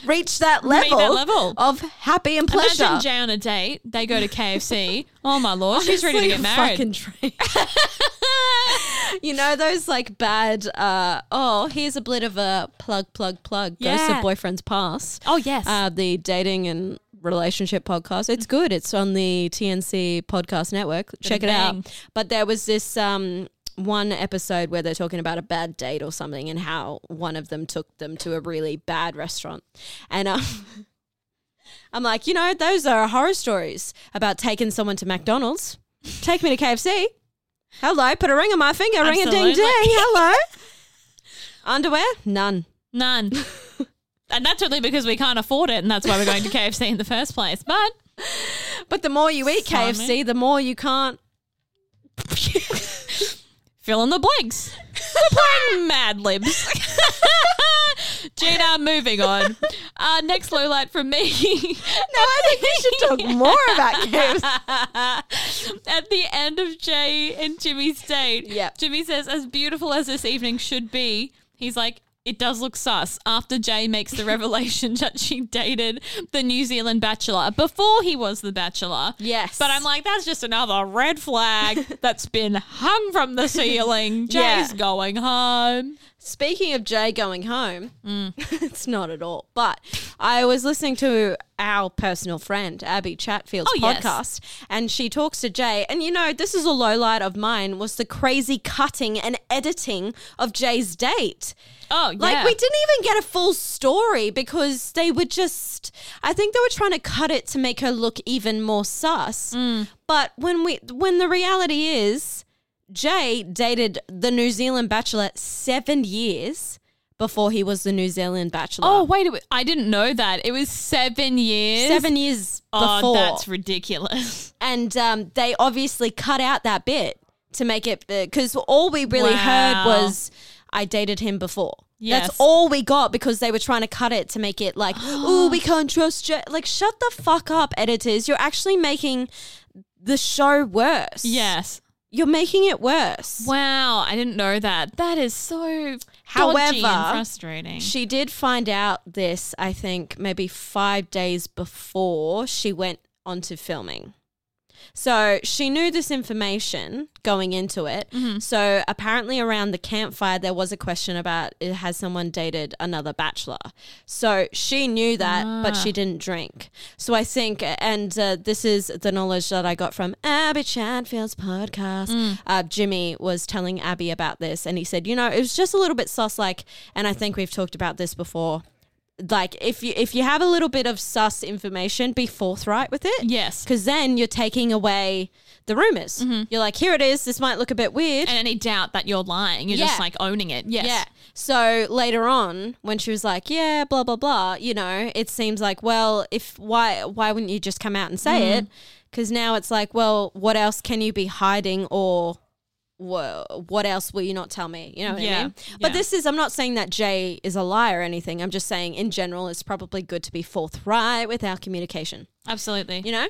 Speaker 1: reach that level,
Speaker 2: level.
Speaker 1: of happy and pleasure.
Speaker 2: Imagine Jay on a date, they go to KFC. Oh my lord, she's ready to get
Speaker 1: Honestly,
Speaker 2: married.
Speaker 1: fucking dream. you know those like bad. Uh, oh, here's a bit of a plug, plug, plug. Ghosts
Speaker 2: Yeah.
Speaker 1: of boyfriends past.
Speaker 2: oh yes. Mm-hmm.
Speaker 1: Uh, the dating and relationship podcast. It's good. It's on the TNC podcast network. Check it
Speaker 2: bang.
Speaker 1: out. But there was this um, one episode where they're talking about a bad date or something and how one of them took them to a really bad restaurant. And um, I'm like, you know, those are horror stories about taking someone to McDonald's. Take me to KFC. Hello. Put a ring on my finger. Ring a ding
Speaker 2: Absolutely.
Speaker 1: ding. Hello. Underwear? None.
Speaker 2: None. and that's only because we can't afford it and that's why we're going to KFC in the first place. But
Speaker 1: But the more you eat
Speaker 2: Simon.
Speaker 1: KFC, the more you can't
Speaker 2: fill in the blanks. We're playing Mad Libs. Gina, moving on. Uh, next low light from me.
Speaker 1: No, I think we should talk more about KFC.
Speaker 2: At the end of Jay and Jimmy's date,
Speaker 1: Yep.
Speaker 2: Jimmy says, as beautiful as this evening should be, he's like, it does look sus after Jay makes the revelation that she dated the New Zealand bachelor before he was the bachelor.
Speaker 1: Yes.
Speaker 2: But I'm like, that's just another red flag that's been hung from the ceiling. Jay's
Speaker 1: Yeah.
Speaker 2: going home.
Speaker 1: Speaking of Jay going home,
Speaker 2: Mm.
Speaker 1: it's not at all. But I was listening to our personal friend Abby Chatfield's
Speaker 2: Oh, yes.
Speaker 1: podcast, and she talks to Jay. And you know, this is a low light of mine was the crazy cutting and editing of Jay's date.
Speaker 2: Oh, yeah.
Speaker 1: Like we didn't even get a full story because they were just I think they were trying to cut it to make her look even more sus.
Speaker 2: Mm.
Speaker 1: But when we when the reality is Jay dated the New Zealand bachelor 7 years before he was the New Zealand bachelor.
Speaker 2: Oh, wait. It wa- I didn't know that. It was seven years.
Speaker 1: 7 years
Speaker 2: Oh,
Speaker 1: before.
Speaker 2: that's ridiculous.
Speaker 1: and um, they obviously cut out that bit to make it because all we really
Speaker 2: Wow.
Speaker 1: heard was I dated him before.
Speaker 2: Yes.
Speaker 1: That's all we got because they were trying to cut it to make it like, oh, we can't trust Jay. Like, shut the fuck up, editors. You're actually making the show worse.
Speaker 2: Yes.
Speaker 1: You're making it worse.
Speaker 2: Wow, I didn't know that. That is so
Speaker 1: However,
Speaker 2: dodgy and frustrating.
Speaker 1: She did find out this, I think, maybe five days before she went onto filming. So she knew this information going into it. So apparently, around the campfire, there was a question about uh, has someone dated another bachelor? So she knew that, but she didn't drink. So I think, and uh, this is the knowledge that I got from Abby Chadfield's podcast. Uh, Jimmy was telling Abby about this, and he said, you know, it was just a little bit sus like, and I think we've talked about this before like if you if you have a little bit of sus information, be forthright with it.
Speaker 2: Yes.
Speaker 1: because then you're taking away the rumors. You're like, here it is. This might look a bit weird.
Speaker 2: Mm-hmm. And any doubt that you're lying, you're just
Speaker 1: Yeah.
Speaker 2: like owning it. Yes.
Speaker 1: Yeah. So later on, when she was like, "Yeah, blah blah blah," you know, it seems like, well, if why why wouldn't you just come out and say it? 'Cause it?
Speaker 2: Mm-hmm.
Speaker 1: Because now it's like, well, what else can you be hiding or wha- what else will you not tell me? You know what I
Speaker 2: Yeah.
Speaker 1: mean? But
Speaker 2: Yeah.
Speaker 1: this is, I'm not saying that Jay is a liar or anything. I'm just saying, in general, it's probably good to be forthright with our communication.
Speaker 2: Absolutely.
Speaker 1: You know?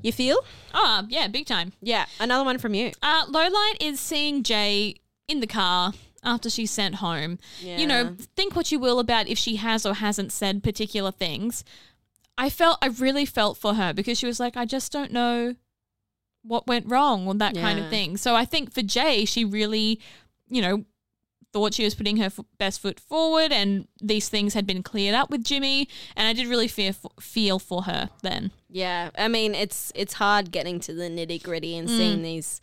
Speaker 1: You feel?
Speaker 2: Oh, yeah, big time.
Speaker 1: Yeah. Another one from you.
Speaker 2: Uh, Lowline is seeing Jay in the car after she's sent home. You know, think what you will about if she has or hasn't said particular things. I felt, I really felt for her because she was like, I just don't know what went wrong or that kind of
Speaker 1: Yeah.
Speaker 2: thing. So I think for Jay, she really, you know, thought she was putting her f- best foot forward and these things had been cleared up with Jimmy. And I did really fear, feel for her then.
Speaker 1: Yeah, I mean it's it's hard getting to the nitty gritty and seeing these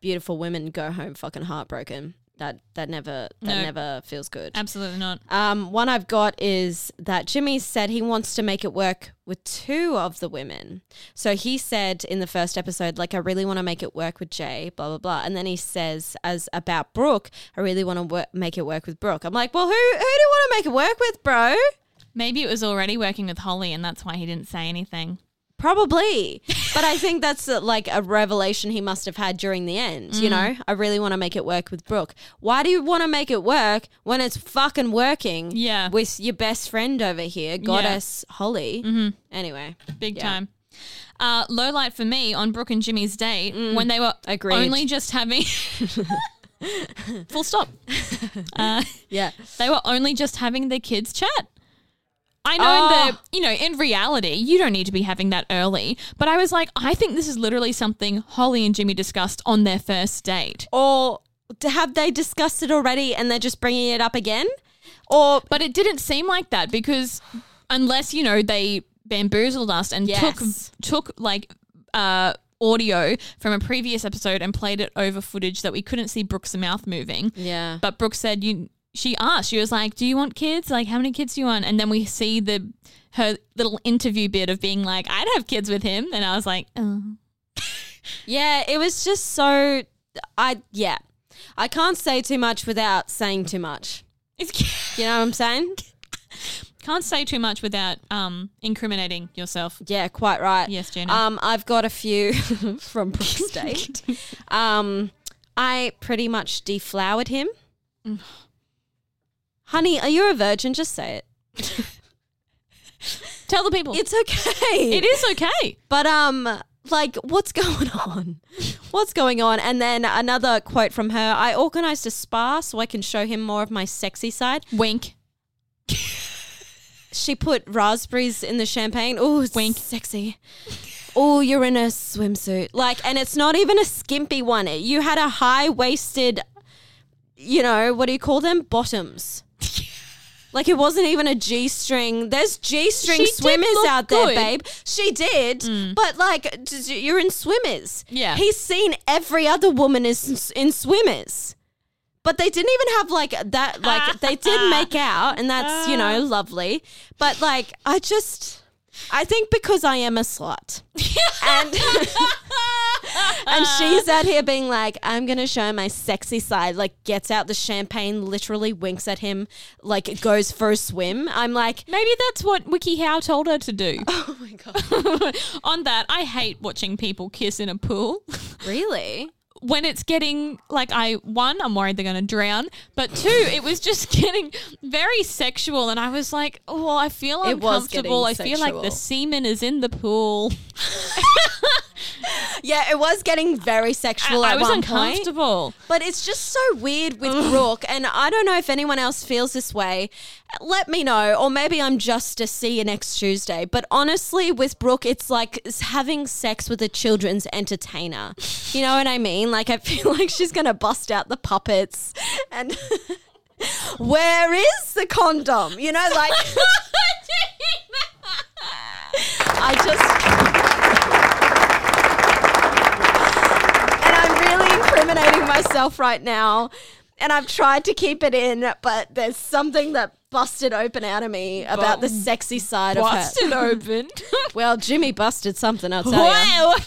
Speaker 1: beautiful women go home fucking heartbroken. That that never that
Speaker 2: No.
Speaker 1: never feels good.
Speaker 2: Absolutely not.
Speaker 1: Um, one I've got is that Jimmy said he wants to make it work with two of the women. So he said in the first episode, like, I really want to make it work with Jay, blah, blah, blah. And then he says, as about Brooke, I really want to wor- make it work with Brooke. I'm like, well, who, who do you want to make it work with, bro?
Speaker 2: Maybe it was already working with Holly, and that's why he didn't say anything.
Speaker 1: Probably. But I think that's uh, like a revelation he must have had during the end. You know, I really want to make it work with Brooke. Why do you want to make it work when it's fucking working
Speaker 2: Yeah.
Speaker 1: with your best friend over here, Goddess Holly? Anyway,
Speaker 2: Big
Speaker 1: Yeah.
Speaker 2: time. Uh, low light for me on Brooke and Jimmy's date when they were
Speaker 1: Mm, Agreed.
Speaker 2: only just having. Full stop. Uh,
Speaker 1: yeah.
Speaker 2: they were only just having their kids chat. I know
Speaker 1: Oh.
Speaker 2: that, you know, in reality, you don't need to be having that early. But I was like, I think this is literally something Holly and Jimmy discussed on their first date.
Speaker 1: Or d- have they discussed it already and they're just bringing it up again? Or
Speaker 2: But it didn't seem like that because unless you know they bamboozled us and
Speaker 1: Yes.
Speaker 2: took took like uh, audio from a previous episode and played it over footage that we couldn't see Brooke's mouth moving.
Speaker 1: yeah,
Speaker 2: But Brooke said you. She asked. She was like, "Do you want kids? Like, how many kids do you want?" And then we see the her little interview bit of being like, "I'd have kids with him," and I was like, "Oh,
Speaker 1: yeah, it was just so I yeah. I can't say too much without saying too much.
Speaker 2: it's,
Speaker 1: You know what I'm saying?
Speaker 2: can't say too much without um incriminating yourself."
Speaker 1: Yeah, quite right.
Speaker 2: Yes, Gina.
Speaker 1: Um, I've got a few from Brook State. um, I pretty much deflowered him.
Speaker 2: Mm.
Speaker 1: Honey, are you a virgin? Just say it.
Speaker 2: Tell the people
Speaker 1: It's okay.
Speaker 2: Oh. it is okay.
Speaker 1: But um like what's going on? What's going on? And then another quote from her, I organized a spa so I can show him more of my sexy side.
Speaker 2: Wink.
Speaker 1: She put raspberries in the champagne. Oh,
Speaker 2: Wink.
Speaker 1: sexy. Oh, you're in a swimsuit. Like, and it's not even a skimpy one. You had a high waisted, you know, what do you call them? Bottoms. like, it wasn't even a G string. There's G
Speaker 2: She
Speaker 1: string
Speaker 2: did
Speaker 1: swimmers
Speaker 2: look
Speaker 1: out there,
Speaker 2: good. Mm.
Speaker 1: babe. She did, but like, d- d- you're in swimmers.
Speaker 2: Yeah.
Speaker 1: He's seen every other woman is in swimmers. But they didn't even have like that, like, they did make out, and that's, you
Speaker 2: Ah.
Speaker 1: know, lovely. But like, I just. I think because I am a slut. and and she's out here being like, I'm gonna show my sexy side, like gets out the champagne, literally winks at him, like goes for a swim. I'm like,
Speaker 2: Maybe that's what Wiki How told her to do. Oh my god. On that, I hate watching people kiss in a pool.
Speaker 1: Really?
Speaker 2: When it's getting like I one, I'm worried they're gonna drown. But two, it was just getting very sexual and I was like, Oh, I feel
Speaker 1: It was
Speaker 2: uncomfortable. I
Speaker 1: getting
Speaker 2: feel like the
Speaker 1: sexual.
Speaker 2: semen is in the pool.
Speaker 1: yeah, it was getting very sexual.
Speaker 2: I,
Speaker 1: at
Speaker 2: I was
Speaker 1: one point.
Speaker 2: uncomfortable.
Speaker 1: But it's just so weird with Brooke, and I don't know if anyone else feels this way. Let me know, or maybe I'm just a see you next Tuesday. But honestly, with Brooke, it's like s- having sex with a children's entertainer. You know what I mean? Like I feel like she's gonna bust out the puppets and. Where is the condom? You know, like I just and I'm really incriminating myself right now. And I've tried to keep it in, but there's something that busted open out of me about the sexy side of her.
Speaker 2: Busted open.
Speaker 1: Well, Jimmy busted something, I'll tell you.
Speaker 2: wow.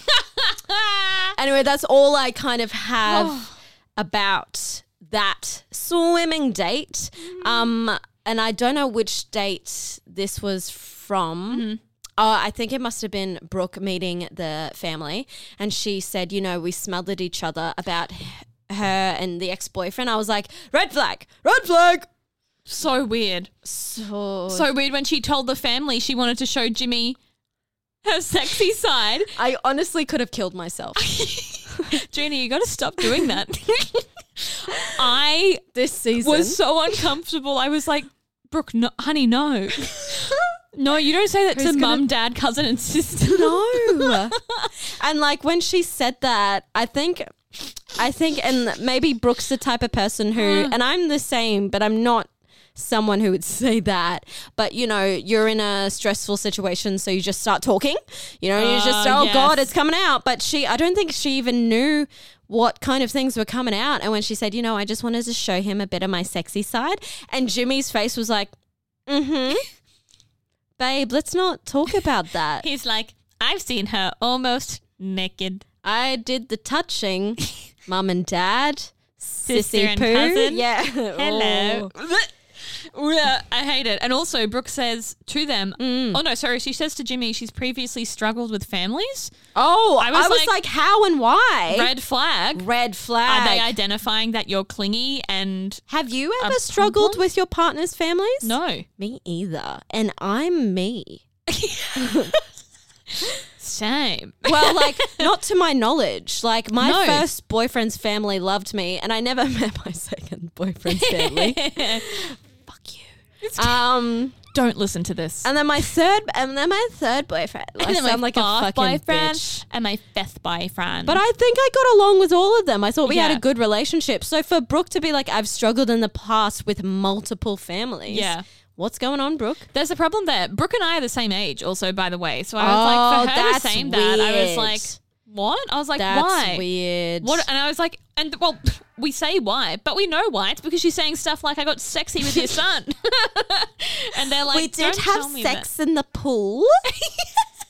Speaker 1: Anyway, that's all I kind of have about that swimming date. Um, and I don't know which date this was from. Oh, I think it must have been Brooke meeting the family, and she said, "You know, we smothered each other about h- her and the ex boyfriend." I was like, "Red flag, red flag."
Speaker 2: so weird.
Speaker 1: So,
Speaker 2: So weird when she told the family she wanted to show Jimmy her sexy side.
Speaker 1: I honestly could have killed myself.
Speaker 2: Gina, you got to stop doing that. I
Speaker 1: this season
Speaker 2: was so uncomfortable. I was like, Brooke, no, honey, no. No, you don't say that to
Speaker 1: Who's gonna-
Speaker 2: mum, dad, cousin, and sister.
Speaker 1: No. and like when she said that, I think I think and maybe Brooke's the type of person who and I'm the same, but I'm not someone who would say that. But you know, you're in a stressful situation so you just start talking. You know, you just
Speaker 2: Oh,
Speaker 1: oh god,
Speaker 2: yes.
Speaker 1: it's coming out. But she I don't think she even knew what kind of things were coming out. And when she said, you know, I just wanted to show him a bit of my sexy side and Jimmy's face was like, mm-hmm. Babe, let's not talk about that.
Speaker 2: He's like, I've seen her almost naked.
Speaker 1: I did the touching. Mum and dad.
Speaker 2: Sister
Speaker 1: sissy
Speaker 2: and
Speaker 1: poo.
Speaker 2: cousin.
Speaker 1: Yeah.
Speaker 2: Hello.
Speaker 1: Oh.
Speaker 2: Yeah, I hate it. And also, Brooke says to them,
Speaker 1: Mm.
Speaker 2: oh no, sorry, she says to Jimmy, she's previously struggled with families.
Speaker 1: Oh, I was,
Speaker 2: was
Speaker 1: like,
Speaker 2: like,
Speaker 1: how and why?
Speaker 2: Red flag.
Speaker 1: Red
Speaker 2: Are
Speaker 1: flag.
Speaker 2: they identifying that you're clingy and
Speaker 1: Have you
Speaker 2: a
Speaker 1: ever struggled
Speaker 2: problem?
Speaker 1: with your partner's families?
Speaker 2: no?
Speaker 1: Me either. And I'm me.
Speaker 2: Shame.
Speaker 1: Well, like, not to my knowledge. Like, my
Speaker 2: No.
Speaker 1: first boyfriend's family loved me, and I never met my second boyfriend's family. Fuck you. Um,
Speaker 2: Don't listen to this.
Speaker 1: and then my third, and then my third boyfriend. I
Speaker 2: then my
Speaker 1: sound like a
Speaker 2: fourth
Speaker 1: fucking
Speaker 2: boyfriend
Speaker 1: bitch.
Speaker 2: and my fifth boyfriend.
Speaker 1: But I think I got along with all of them. I thought we had
Speaker 2: Yeah.
Speaker 1: a good relationship. So for Brooke to be like, I've struggled in the past with multiple families.
Speaker 2: Yeah.
Speaker 1: What's going on, Brooke?
Speaker 2: there's a problem there. Brooke and I are the same age, also by the way. So I
Speaker 1: Oh,
Speaker 2: was like, for her to
Speaker 1: that's
Speaker 2: say that, I was
Speaker 1: weird.
Speaker 2: like, what? I was like,
Speaker 1: That's
Speaker 2: why?
Speaker 1: weird.
Speaker 2: What? And I was like, and well, we say why, but we know why. It's because she's saying stuff like, "I got sexy with your son," and they're like,
Speaker 1: we did
Speaker 2: "Don't
Speaker 1: have
Speaker 2: tell me
Speaker 1: sex in the pool.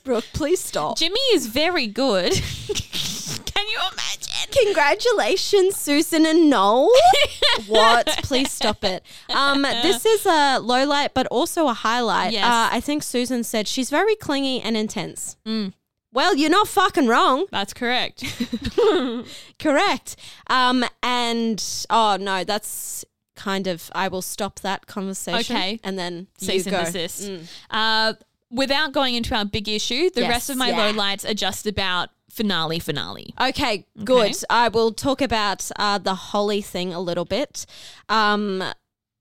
Speaker 1: Brooke, please stop.
Speaker 2: that." Jimmy is very good. Can you imagine?
Speaker 1: Congratulations, Susan and Noel. what? Please stop it. Um, this is a low light, but also a highlight.
Speaker 2: Yes.
Speaker 1: Uh, I think Susan said she's very clingy and intense.
Speaker 2: Mm.
Speaker 1: Well, you're not fucking wrong.
Speaker 2: That's correct.
Speaker 1: Correct. Um, and oh no, that's kind of. I will stop that conversation.
Speaker 2: Okay.
Speaker 1: and then
Speaker 2: Cease
Speaker 1: you
Speaker 2: and
Speaker 1: go. Mm.
Speaker 2: desist. Uh, without going into our big issue, the
Speaker 1: Yes,
Speaker 2: rest of my
Speaker 1: yeah.
Speaker 2: low lights are just about finale, finale.
Speaker 1: Okay, good. I will talk about uh, the Holly thing a little bit. Um,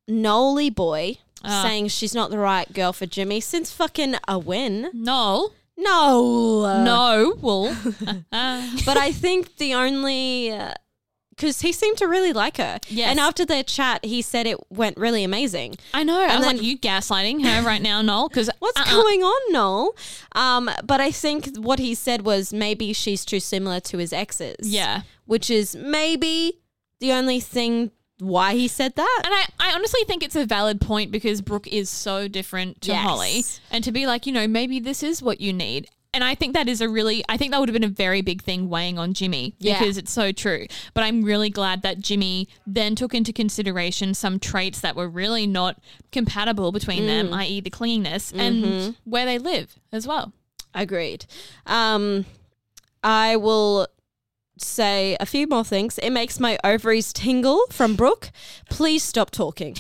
Speaker 1: Nolly boy saying she's not the right girl for Jimmy since fucking a win.
Speaker 2: No,
Speaker 1: No,
Speaker 2: no, well, uh,
Speaker 1: but I think the only because he seemed to really like her.
Speaker 2: Yes.
Speaker 1: and after their chat, he said it went really amazing.
Speaker 2: I know. I was
Speaker 1: then-
Speaker 2: like, you gaslighting her right now, Noel? uh-uh. Because
Speaker 1: What's going on, Noel? Um, but I think what he said was maybe she's too similar to his exes.
Speaker 2: Yeah.
Speaker 1: Which is maybe the only thing why he said that.
Speaker 2: And I, I honestly think it's a valid point because Brooke is so different to
Speaker 1: Yes.
Speaker 2: Holly. And to be like, you know, maybe this is what you need. And I think that is a really, I think that would have been a very big thing weighing on Jimmy
Speaker 1: Yeah.
Speaker 2: because it's so true. But I'm really glad that Jimmy then took into consideration some traits that were really not compatible
Speaker 1: Mm.
Speaker 2: between them, i.e., the clinginess and
Speaker 1: Mm-hmm.
Speaker 2: where they live as well.
Speaker 1: Agreed. Um, I will say a few more things. It makes my ovaries tingle from Brooke. Please stop talking.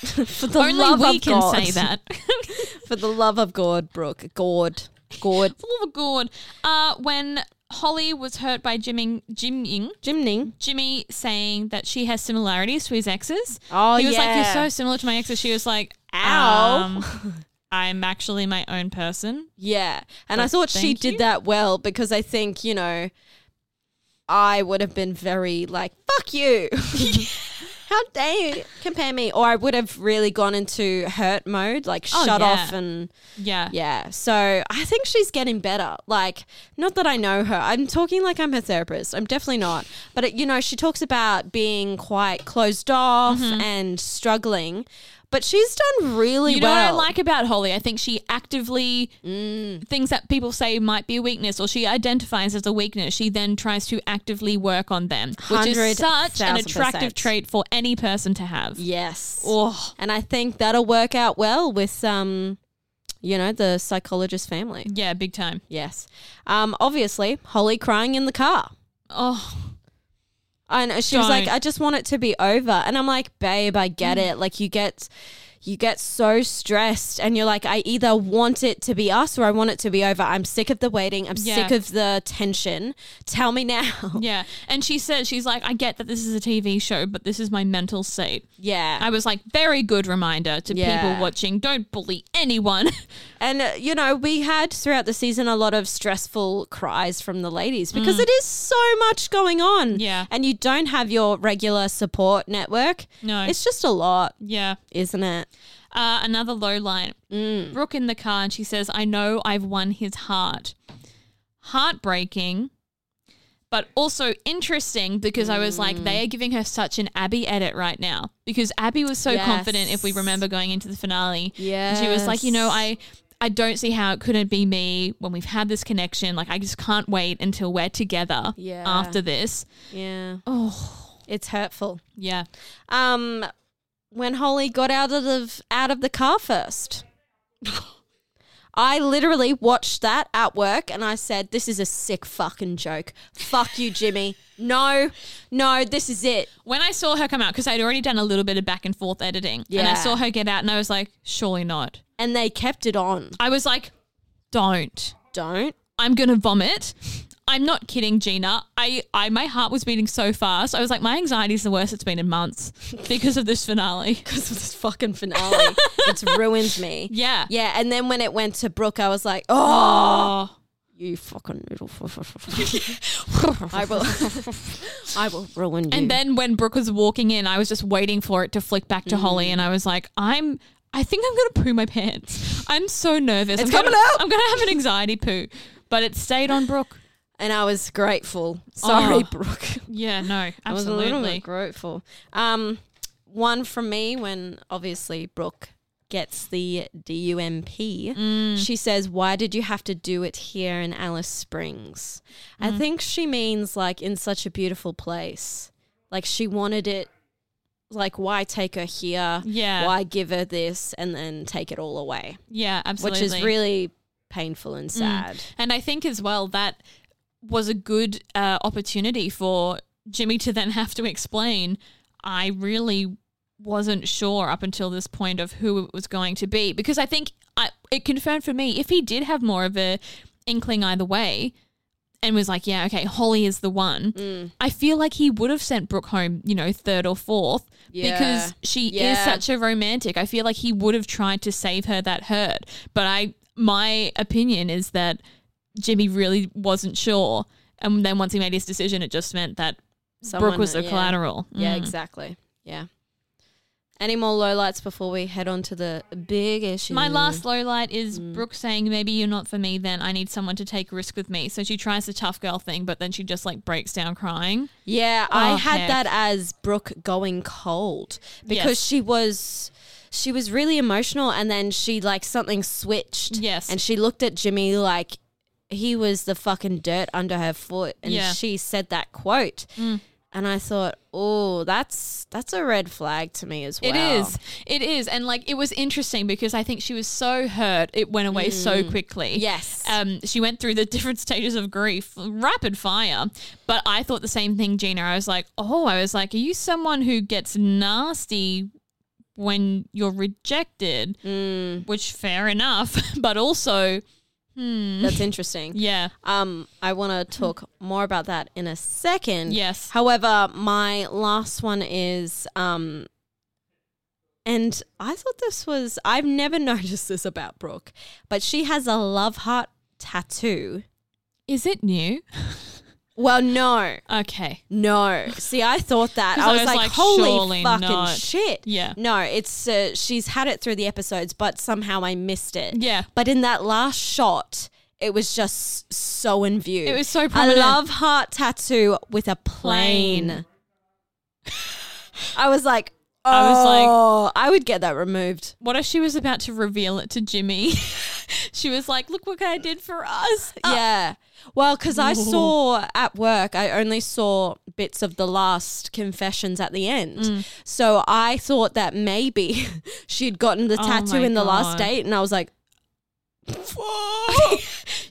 Speaker 1: For the
Speaker 2: Only
Speaker 1: love
Speaker 2: we
Speaker 1: of
Speaker 2: can
Speaker 1: God.
Speaker 2: say that.
Speaker 1: For the love of God, Brooke. God. God.
Speaker 2: Love of God. Uh, when Holly was hurt by Jimming, Jimming,
Speaker 1: Jimning.
Speaker 2: Jimmy saying that she has similarities to his exes.
Speaker 1: Oh,
Speaker 2: he was like, "You're
Speaker 1: yeah.
Speaker 2: so similar to my exes." She was like,
Speaker 1: Ow.
Speaker 2: um, I'm actually my own person."
Speaker 1: Yeah. And I thought she
Speaker 2: thank
Speaker 1: did
Speaker 2: you.
Speaker 1: that well because I think, you know, I would have been very like, fuck you. How dare you compare me? Or I would have really gone into hurt mode, like
Speaker 2: Oh,
Speaker 1: shut
Speaker 2: yeah.
Speaker 1: off and
Speaker 2: Yeah,
Speaker 1: yeah. So I think she's getting better. Like, not that I know her. I'm talking like I'm her therapist. I'm definitely not. But, it, you know, she talks about being quite closed off and struggling. But she's done really
Speaker 2: Mm-hmm. You know
Speaker 1: well. Mm.
Speaker 2: what I like about Holly? I think she actively things that people say might be a weakness, or she identifies as a weakness. She then tries to actively work on them, which is
Speaker 1: Hundred
Speaker 2: such an
Speaker 1: thousand
Speaker 2: attractive
Speaker 1: percent.
Speaker 2: trait for any person to have.
Speaker 1: Yes.
Speaker 2: Oh,
Speaker 1: And I think that'll work out well with um, you know, the psychologist family.
Speaker 2: yeah, big time.
Speaker 1: Yes. Um, obviously, Holly crying in the car.
Speaker 2: Oh,
Speaker 1: And she was like,
Speaker 2: Don't. Mm.
Speaker 1: I just want it to be over. And I'm like, babe, I get it. Like you get you get so stressed and you're like, I either want it to be us or I want it to be over. I'm sick of the waiting. I'm
Speaker 2: Yeah.
Speaker 1: sick of the tension. Tell me now.
Speaker 2: yeah. And she says, she's like, I get that this is a TV show, but this is my mental state.
Speaker 1: Yeah.
Speaker 2: I was like, very good reminder to
Speaker 1: Yeah.
Speaker 2: people watching. Don't bully anyone.
Speaker 1: And, uh, you know, we had throughout the season a lot of stressful cries from the ladies because it is so much going on.
Speaker 2: Mm. Yeah.
Speaker 1: And you don't have your regular support network.
Speaker 2: No.
Speaker 1: It's just a lot,
Speaker 2: yeah.
Speaker 1: isn't it?
Speaker 2: Uh, another low line.
Speaker 1: Mm.
Speaker 2: Brooke in the car and she says, I know I've won his heart. Heartbreaking, but also interesting because I was like,
Speaker 1: Mm.
Speaker 2: they are giving her such an Abby edit right now because Abby was so
Speaker 1: Yes.
Speaker 2: confident if we remember going into the finale. And She was like, you know,
Speaker 1: Yes.
Speaker 2: I. I don't see how it couldn't be me when we've had this connection. Like, I just can't wait until we're together
Speaker 1: Yeah.
Speaker 2: after this.
Speaker 1: Yeah.
Speaker 2: Oh,
Speaker 1: It's hurtful.
Speaker 2: yeah.
Speaker 1: Um, when Holly got out of the, out of the car first. I literally watched that at work and I said, This is a sick fucking joke. Fuck you, Jimmy. No, no, this is it.
Speaker 2: when I saw her come out, because I'd already done a little bit of back and forth editing, and I
Speaker 1: Yeah.
Speaker 2: saw her get out, and I was like, surely not.
Speaker 1: And they kept it on.
Speaker 2: I was like, don't.
Speaker 1: Don't.
Speaker 2: I'm gonna vomit. I'm not kidding, Gina. I, I my heart was beating so fast. I was like, my anxiety's the worst it's been in months because of this finale.
Speaker 1: because of this fucking finale. it's ruined me.
Speaker 2: Yeah.
Speaker 1: Yeah. And then when it went to Brooke, I was like, oh,
Speaker 2: Oh.
Speaker 1: you fucking little. f- f- f- I will. I will ruin you.
Speaker 2: And then when Brooke was walking in, I was just waiting for it to flick back to
Speaker 1: Mm.
Speaker 2: Holly, and I was like, I'm. I think I'm gonna poo my pants. I'm so nervous.
Speaker 1: It's
Speaker 2: I'm gonna-
Speaker 1: coming out.
Speaker 2: I'm gonna have an anxiety poo, but it stayed on Brooke.
Speaker 1: and I was grateful. Sorry,
Speaker 2: Oh.
Speaker 1: Brooke.
Speaker 2: Yeah, no,
Speaker 1: I was a
Speaker 2: absolutely.
Speaker 1: little bit grateful. Um, one from me when obviously Brooke gets the DUMP.
Speaker 2: Mm.
Speaker 1: She says, "Why did you have to do it here in Alice Springs?"
Speaker 2: Mm.
Speaker 1: I think she means like in such a beautiful place. Like she wanted it. Like why take her here?
Speaker 2: Yeah.
Speaker 1: Why give her this and then take it all away?
Speaker 2: Yeah, absolutely. Mm.
Speaker 1: Which is really painful and sad.
Speaker 2: And I think as well that was a good uh, opportunity for Jimmy to then have to explain. I really wasn't sure up until this point of who it was going to be because I think I, it confirmed for me if he did have more of a inkling either way and was like, yeah, okay, Holly is the one.
Speaker 1: Mm.
Speaker 2: I feel like he would have sent Brooke home, you know, third or fourth
Speaker 1: Yeah.
Speaker 2: because she is
Speaker 1: Yeah.
Speaker 2: such such a romantic. I feel like he would have tried to save her that hurt. But I my opinion is that Jimmy really wasn't sure. And then once he made his decision, it just meant that Brooke
Speaker 1: Someone-
Speaker 2: was the
Speaker 1: yeah.
Speaker 2: collateral.
Speaker 1: Yeah,
Speaker 2: Mm.
Speaker 1: exactly. Yeah. Any more lowlights before we head on to Mm. the big issue?
Speaker 2: My last low light is Brooke saying, Maybe you're not for me then. I need someone to take a risk with me. So she tries the tough girl thing, but then she just like breaks down crying.
Speaker 1: Yeah, I
Speaker 2: Oh,
Speaker 1: had
Speaker 2: heck.
Speaker 1: that as Brooke going cold because
Speaker 2: Yes.
Speaker 1: she was she was really emotional and then she like something switched.
Speaker 2: Yes.
Speaker 1: And she looked at Jimmy like he was the fucking dirt under her foot and
Speaker 2: Yeah. Mm.
Speaker 1: she said that quote. And I thought, "Oh, that's that's a red flag to me as well."
Speaker 2: It is. It is. And like it was interesting because I think she was so hurt, it went away so quickly.
Speaker 1: Mm. Yes.
Speaker 2: Um, she went through the different stages of grief, rapid fire. But I thought the same thing, Gina. I was like, oh, I was like, are you someone who gets nasty
Speaker 1: Mm.
Speaker 2: when you're rejected? Which fair enough, but also
Speaker 1: That's interesting.
Speaker 2: Yeah.
Speaker 1: Um, I want to talk more about that in a second.
Speaker 2: Yes.
Speaker 1: However, my last one is um, and I thought this was I've never noticed this about Brooke, but she has a love heart tattoo.
Speaker 2: Is it new?
Speaker 1: Well, no.
Speaker 2: Okay.
Speaker 1: No, see, I thought that
Speaker 2: 'Cause
Speaker 1: I was, like,
Speaker 2: surely
Speaker 1: "Holy fucking
Speaker 2: not."
Speaker 1: shit!"
Speaker 2: Yeah.
Speaker 1: no, it's uh, she's had it through the episodes, but somehow I missed it.
Speaker 2: Yeah.
Speaker 1: but in that last shot, it was just so in view.
Speaker 2: It was so
Speaker 1: I
Speaker 2: prominent.
Speaker 1: love heart tattoo with a plane.
Speaker 2: Plane.
Speaker 1: I was like, oh,
Speaker 2: I
Speaker 1: I
Speaker 2: was like-
Speaker 1: would get that removed.
Speaker 2: What if she was about to reveal it to Jimmy? she was like, "Look what I did for us." Uh,
Speaker 1: Yeah. Well, because I saw at work, I only saw bits of the last confessions at the end.
Speaker 2: Mm.
Speaker 1: So I thought that maybe she'd gotten the
Speaker 2: Oh
Speaker 1: tattoo
Speaker 2: my
Speaker 1: in the last
Speaker 2: God.
Speaker 1: date, and I was like, but
Speaker 2: you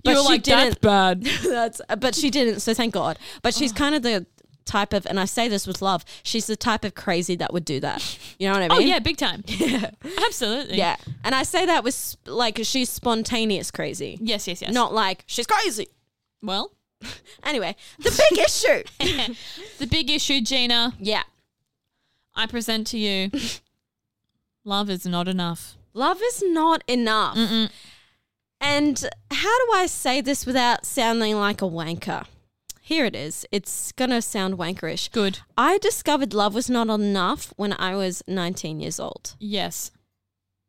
Speaker 2: were
Speaker 1: she
Speaker 2: like,
Speaker 1: didn't.
Speaker 2: "That's bad."
Speaker 1: That's, but she didn't, so thank God. But
Speaker 2: Oh.
Speaker 1: she's kind of the type of, and I say this with love, she's the type of crazy that would do that. You know what I mean?
Speaker 2: Oh yeah, big time. Yeah, absolutely.
Speaker 1: Yeah. And I say that with, sp- like, she's spontaneous crazy.
Speaker 2: Yes, yes, yes.
Speaker 1: Not like, she's crazy.
Speaker 2: well.
Speaker 1: Anyway, the big issue.
Speaker 2: The big issue, Gina.
Speaker 1: Yeah.
Speaker 2: I present to you. Love is not enough.
Speaker 1: Love is not enough. And how do I say this without sounding like a wanker? Here it is. It's going to sound wankerish.
Speaker 2: Good.
Speaker 1: I discovered love was not enough when I was 19 years old.
Speaker 2: Yes.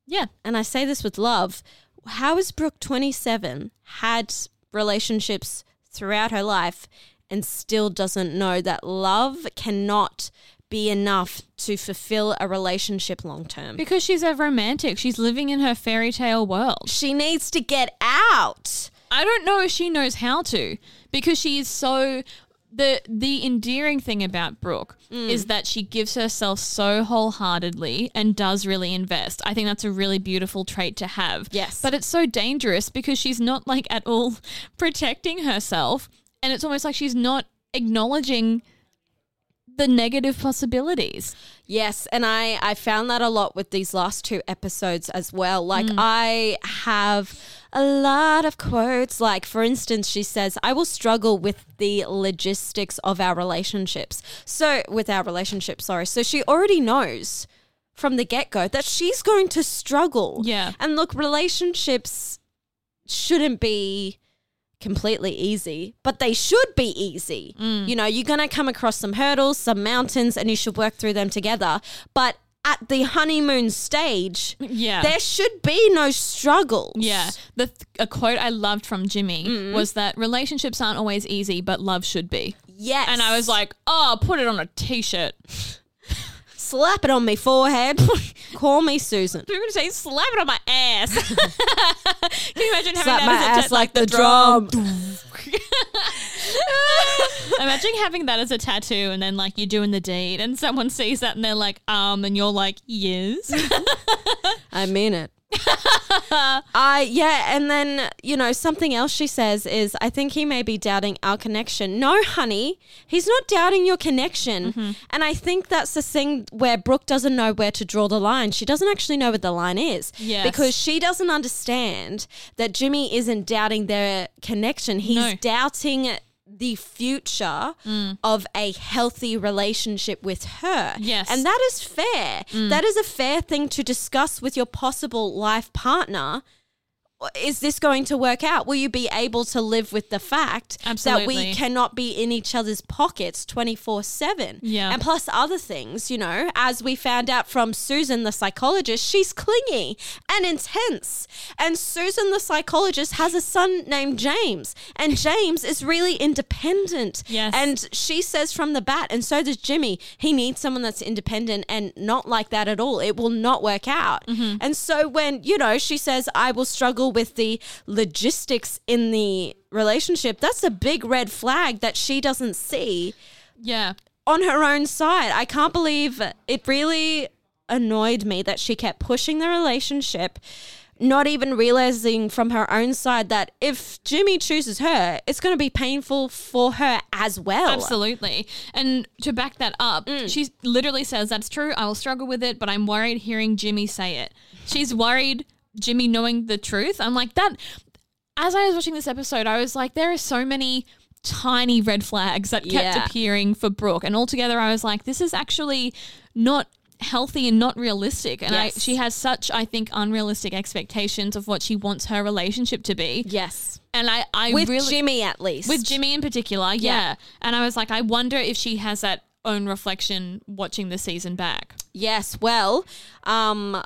Speaker 2: Yeah.
Speaker 1: And I say this with love. How is Brooke 27 had relationships throughout her life and still doesn't know that love cannot be enough to fulfill a relationship long term?
Speaker 2: Because she's a romantic. She's living in her fairy tale world.
Speaker 1: She needs to get out.
Speaker 2: I don't know if she knows how to because she is so the the endearing thing about Brooke is that she gives herself so wholeheartedly and does really invest. I think that's a really beautiful trait to have.
Speaker 1: Yes.
Speaker 2: But it's so dangerous because she's not like at all protecting herself and it's almost like she's not acknowledging the negative possibilities.
Speaker 1: Yes, and I I found that a lot with these last two episodes as well. Like I have a lot of quotes. Like for instance, she says, "I will struggle with the logistics of our relationships." So with our relationship, sorry. So she already knows from the get go that she's going to struggle.
Speaker 2: Yeah.
Speaker 1: and look, relationships shouldn't be completely easy, but they should be easy.
Speaker 2: Mm.
Speaker 1: You know, you're going to come across some hurdles, some mountains, and you should work through them together. But at the honeymoon stage,
Speaker 2: Yeah.
Speaker 1: there should be no struggles.
Speaker 2: Yeah. The th- a quote I loved from Jimmy was that relationships aren't always easy, but love should be.
Speaker 1: Yes.
Speaker 2: And I was like, oh, put it on a t shirt.
Speaker 1: slap it on my forehead. Call me Susan.
Speaker 2: People say, slap it on my ass. Can you imagine having
Speaker 1: Slap
Speaker 2: that
Speaker 1: my
Speaker 2: as a
Speaker 1: ass
Speaker 2: tat-
Speaker 1: like the drum.
Speaker 2: Imagine having that as a tattoo and then like you're doing the deed and someone sees that and they're like, um, and you're like, yes.
Speaker 1: I mean it. I yeah, and then you know something else she says is I think he may be doubting our connection. No, honey, he's not doubting your connection. And I think that's the thing where Brooke doesn't know where to draw the line. She doesn't actually know what the line is
Speaker 2: Yes.
Speaker 1: because she doesn't understand that Jimmy isn't doubting their connection. He's
Speaker 2: No. Mm.
Speaker 1: doubting the future of a healthy relationship with her.
Speaker 2: Yes. Mm.
Speaker 1: And that is fair. That is a fair thing to discuss with your possible life partner. Is this going to work out? Will you be able to live with the fact that
Speaker 2: Absolutely.
Speaker 1: we cannot be in each other's pockets 24 7?
Speaker 2: Yeah.
Speaker 1: And plus other things, you know, as we found out from Susan, the psychologist, she's clingy and intense. And Susan, the psychologist, has a son named James. And James is really independent.
Speaker 2: Yes.
Speaker 1: And she says from the bat, and so does Jimmy, he needs someone that's independent and not like that at all. It will not work out.
Speaker 2: Mm-hmm.
Speaker 1: And so when, you know, she says, I will struggle with the logistics in the relationship, that's a big red flag that she doesn't see
Speaker 2: yeah.
Speaker 1: on her own side. I can't believe it really annoyed me that she kept pushing the relationship, not even realizing from her own side that if Jimmy chooses her, it's going to be painful for her as well.
Speaker 2: Absolutely. And to back that up,
Speaker 1: Mm.
Speaker 2: she literally says, That's true. I will struggle with it, but I'm worried hearing Jimmy say it. She's worried Jimmy knowing the truth. I'm like, That. as I was watching this episode, I was like, there are so many tiny red flags that kept
Speaker 1: Yeah.
Speaker 2: appearing for Brooke. And altogether, I was like, this is actually not healthy and not realistic. And I,
Speaker 1: Yes.
Speaker 2: she has such, I think, unrealistic expectations of what she wants her relationship to be.
Speaker 1: Yes.
Speaker 2: And I, I
Speaker 1: With
Speaker 2: really.
Speaker 1: Jimmy at least.
Speaker 2: With Jimmy in particular, yeah. And I was like, I wonder if she has that own reflection watching the season back.
Speaker 1: Yes. Well, um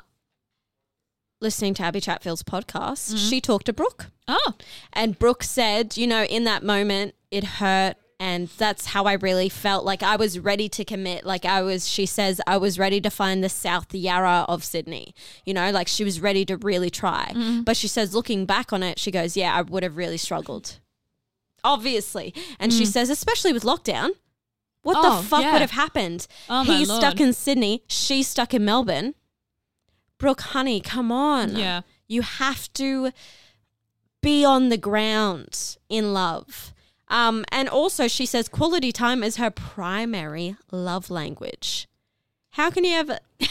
Speaker 1: listening to Abby Chatfield's podcast, she talked to Brooke.
Speaker 2: Oh,
Speaker 1: And Brooke said, you know, in that moment, it hurt. And that's how I really felt. Like I was ready to commit. Like I was, she says, I was ready to find the South Yarra of Sydney. You know, like she was ready to really try.
Speaker 2: Mm-hmm.
Speaker 1: But she says, looking back on it, she goes, yeah, I would have really struggled. Obviously. And she says, especially with lockdown, what
Speaker 2: Mm. Oh,
Speaker 1: the fuck
Speaker 2: yeah.
Speaker 1: would have happened?
Speaker 2: Oh, my
Speaker 1: He's
Speaker 2: Lord.
Speaker 1: stuck in Sydney, she's stuck in Melbourne. Brooke, honey, come on.
Speaker 2: Yeah.
Speaker 1: You have to be on the ground in love. Um, and also, she says quality time is her primary love language. How can you ever,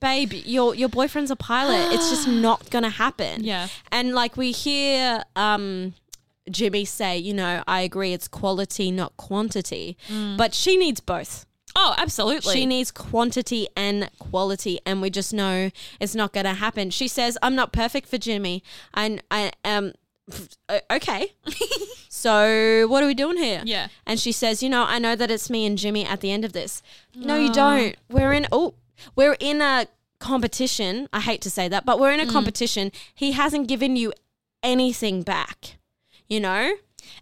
Speaker 1: babe? Your your boyfriend's a pilot. It's just not gonna happen.
Speaker 2: Yeah.
Speaker 1: And like we hear um, Jimmy say, you know, I agree. It's quality, not quantity. But she needs both.
Speaker 2: oh, absolutely.
Speaker 1: She needs quantity and quality, and we just know it's not going to happen. She says, "I'm not perfect for Jimmy." And I um, f- o- okay. so what are we doing here?
Speaker 2: Yeah.
Speaker 1: And she says, "You know, I know that it's me and Jimmy at the end of this." No, you don't. We're in. Oh, we're in a competition. I hate to say that, but we're
Speaker 2: Mm.
Speaker 1: in a competition. He hasn't given you anything back. You know.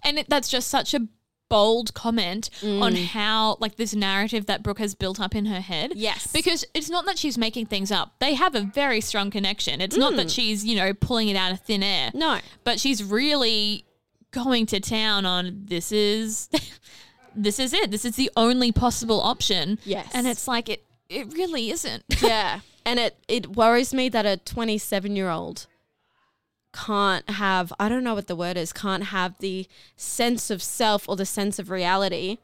Speaker 2: And it, that's just such a bold comment on
Speaker 1: Mm.
Speaker 2: how, like, this narrative that Brooke has built up in her head.
Speaker 1: Yes.
Speaker 2: Because it's not that she's making things up, they have a very strong connection. It's not that she's, you know, pulling it out of thin air.
Speaker 1: Mm. No.
Speaker 2: But she's really going to town on this is. This is it. This is the only possible option.
Speaker 1: Yes.
Speaker 2: And it's like it it really isn't.
Speaker 1: Yeah. And it, it worries me that a 27 year old can't have, I don't know what the word is, can't have the sense of self or the sense of reality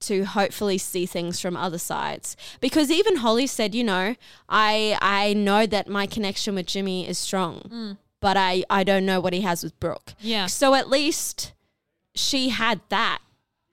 Speaker 1: to hopefully see things from other sides. Because even Holly said, you know, I, I know that my connection with Jimmy is strong, but I, I don't know what he has with Brooke.
Speaker 2: Yeah.
Speaker 1: So at least she had that,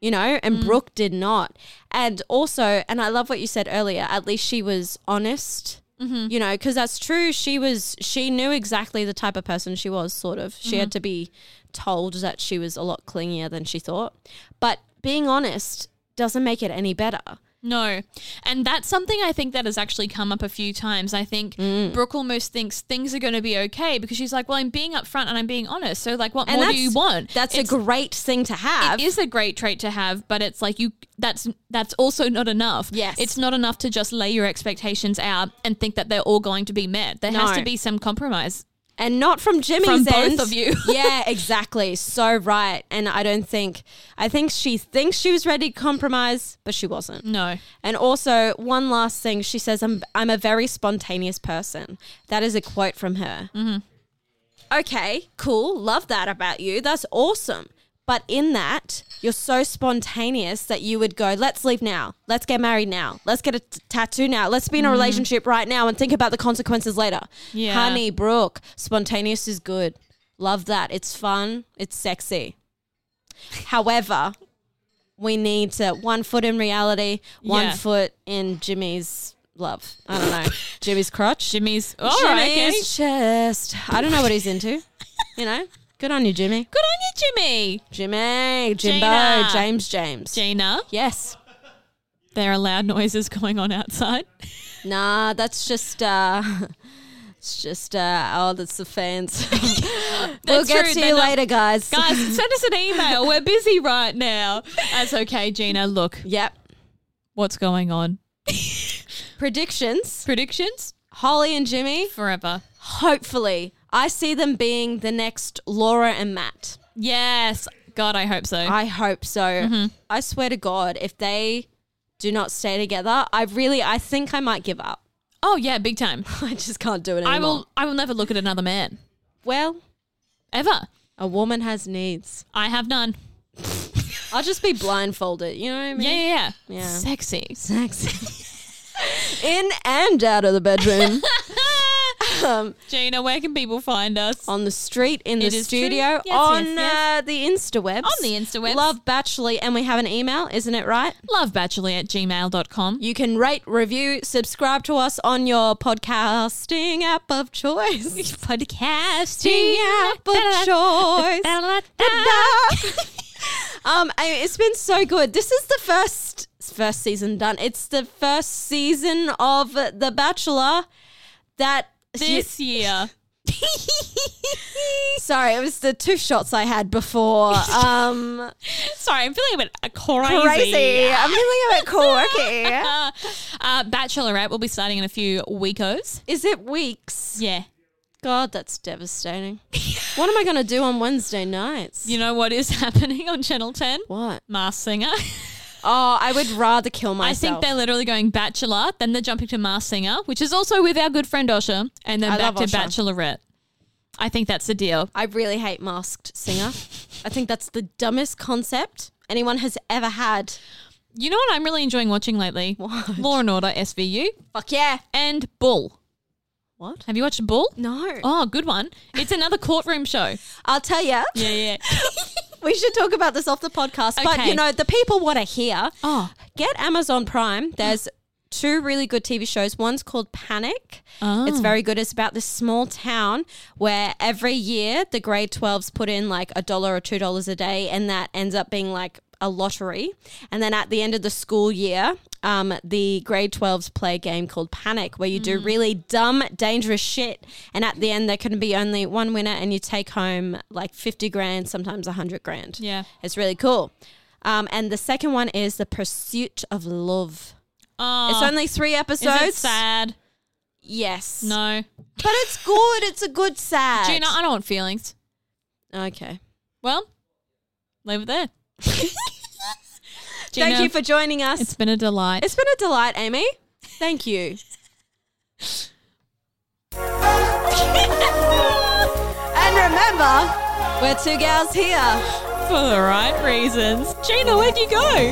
Speaker 1: you know, and Brooke did not. And also, and I love what you said earlier, at least she was honest,
Speaker 2: Mm-hmm.
Speaker 1: you know, because that's true. She was, she knew exactly the type of person she was, sort of. She
Speaker 2: Mm-hmm.
Speaker 1: had to be told that she was a lot clingier than she thought. But being honest doesn't make it any better.
Speaker 2: No. And that's something I think that has actually come up a few times. I think
Speaker 1: Mm.
Speaker 2: Brooke almost thinks things are going to be okay because she's like, well, I'm being upfront and I'm being honest. So, like, what
Speaker 1: And
Speaker 2: more
Speaker 1: that's,
Speaker 2: do you want?
Speaker 1: That's
Speaker 2: It's-
Speaker 1: a great thing to have.
Speaker 2: it is a great trait to have, but it's like you that's that's also not enough.
Speaker 1: Yes.
Speaker 2: It's not enough to just lay your expectations out and think that they're all going to be met. There has
Speaker 1: No.
Speaker 2: to be some compromise.
Speaker 1: and not from Jimmy's
Speaker 2: From both
Speaker 1: end.
Speaker 2: of you.
Speaker 1: yeah, exactly. So right. And I don't think I think she thinks she was ready to compromise, but she wasn't.
Speaker 2: No.
Speaker 1: And also, one last thing, she says, "I'm I'm a very spontaneous person." That is a quote from her. Okay, cool, love that about you. That's awesome. But in that, you're so spontaneous that you would go, "Let's leave now. Let's get married now. Let's get a t- tattoo now. Let's be in a relationship right now and think about the consequences later."
Speaker 2: Yeah.
Speaker 1: Honey, Brooke, spontaneous is good. Love that. It's fun. It's sexy. However, we need to one foot in reality, one
Speaker 2: Yeah.
Speaker 1: foot in Jimmy's love. I don't know. Jimmy's crotch.
Speaker 2: Jimmy's all right. okay.
Speaker 1: Jimmy's chest. I don't know what he's into. You know? Good on you, Jimmy.
Speaker 2: Good on you, Jimmy.
Speaker 1: Jimmy, Jimbo,
Speaker 2: Gina.
Speaker 1: James, James.
Speaker 2: Gina,
Speaker 1: yes.
Speaker 2: there are loud noises going on outside.
Speaker 1: Nah, that's just uh it's just uh oh that's the fans. we'll
Speaker 2: That's
Speaker 1: get
Speaker 2: true,
Speaker 1: to
Speaker 2: they're
Speaker 1: you
Speaker 2: not-
Speaker 1: later, guys.
Speaker 2: guys, send us an email. We're busy right now. That's okay, Gina. Look,
Speaker 1: Yep.
Speaker 2: what's going on?
Speaker 1: Predictions.
Speaker 2: Predictions
Speaker 1: Holly and Jimmy,
Speaker 2: forever.
Speaker 1: hopefully. I see them being the next Laura and Matt.
Speaker 2: Yes, God, I hope so.
Speaker 1: I hope so.
Speaker 2: Mm-hmm.
Speaker 1: I swear to God, if they do not stay together, I really, I think I might give up.
Speaker 2: oh yeah, big time.
Speaker 1: I just can't do it anymore.
Speaker 2: I will. I will never look at another man
Speaker 1: Well,
Speaker 2: ever.
Speaker 1: a woman has needs.
Speaker 2: I have none.
Speaker 1: I'll just be blindfolded. You know what I
Speaker 2: Yeah,
Speaker 1: mean?
Speaker 2: yeah, yeah.
Speaker 1: Yeah.
Speaker 2: Sexy.
Speaker 1: Sex. In and out of the bedroom. awesome.
Speaker 2: Gina, where can people find us?
Speaker 1: On the street, in
Speaker 2: It
Speaker 1: the
Speaker 2: is
Speaker 1: studio,
Speaker 2: true. Yes,
Speaker 1: on
Speaker 2: yes, yes.
Speaker 1: Uh, the Instawebs.
Speaker 2: On the Instawebs.
Speaker 1: Love Bachelor, and we have an email, isn't it right?
Speaker 2: lovebachelor at gmail.com.
Speaker 1: You can rate, review, subscribe to us on your podcasting app of choice. podcasting app of choice. Um, I- it's been so good. This is the first first season done. It's the first season of The Bachelor that
Speaker 2: this year.
Speaker 1: Sorry, it was the two shots I had before. Um,
Speaker 2: Sorry, I'm feeling a bit crazy.
Speaker 1: crazy. I'm feeling a bit quirky.
Speaker 2: Uh, uh, Bachelorette will be starting in a few weekos.
Speaker 1: Is it weeks?
Speaker 2: Yeah.
Speaker 1: God, that's devastating. what am I going to do on Wednesday nights?
Speaker 2: You know what is happening on Channel 10?
Speaker 1: what?
Speaker 2: Masked Singer.
Speaker 1: Oh, I would rather kill
Speaker 2: I
Speaker 1: myself.
Speaker 2: think they're literally going Bachelor, then they're jumping to Masked Singer, which is also with our good friend Osha, and then
Speaker 1: I
Speaker 2: back to
Speaker 1: love Osha.
Speaker 2: Bachelorette. I think that's the deal.
Speaker 1: I really hate masked singer. I think that's the dumbest concept anyone has ever had.
Speaker 2: You know what I'm really enjoying watching lately?
Speaker 1: What?
Speaker 2: Law and Order, SVU,
Speaker 1: Fuck yeah.
Speaker 2: and Bull.
Speaker 1: What?
Speaker 2: Have you watched Bull?
Speaker 1: No.
Speaker 2: Oh, good one. It's another courtroom show.
Speaker 1: I'll tell you.
Speaker 2: Yeah, yeah.
Speaker 1: We should talk about this off the podcast, but
Speaker 2: Okay.
Speaker 1: you know, the people want to hear.
Speaker 2: Oh.
Speaker 1: Get Amazon Prime. There's two really good TV shows. One's called Panic. It's very good. It's about this small town where every year the grade 12s put in like a dollar or two dollars a day, and that ends up being like a lottery. And then at the end of the school year, um, the grade 12s play a game called Panic, where you do really dumb, dangerous shit. And at the end, there can be only one winner, and you take home like 50 grand, sometimes 100 grand.
Speaker 2: Yeah.
Speaker 1: It's really cool. Um, and the second one is The Pursuit of Love.
Speaker 2: Oh,
Speaker 1: It's only three
Speaker 2: is
Speaker 1: episodes.
Speaker 2: it sad?
Speaker 1: Yes.
Speaker 2: No.
Speaker 1: But it's good. It's a good sad.
Speaker 2: Gina, I don't want feelings.
Speaker 1: okay.
Speaker 2: Well, leave it there. Gina,
Speaker 1: Thank you for joining us.
Speaker 2: It's been a delight.
Speaker 1: it's been a delight, Amy. Thank you. and remember, we're two gals here.
Speaker 2: for the right reasons. Gina, where'd you go?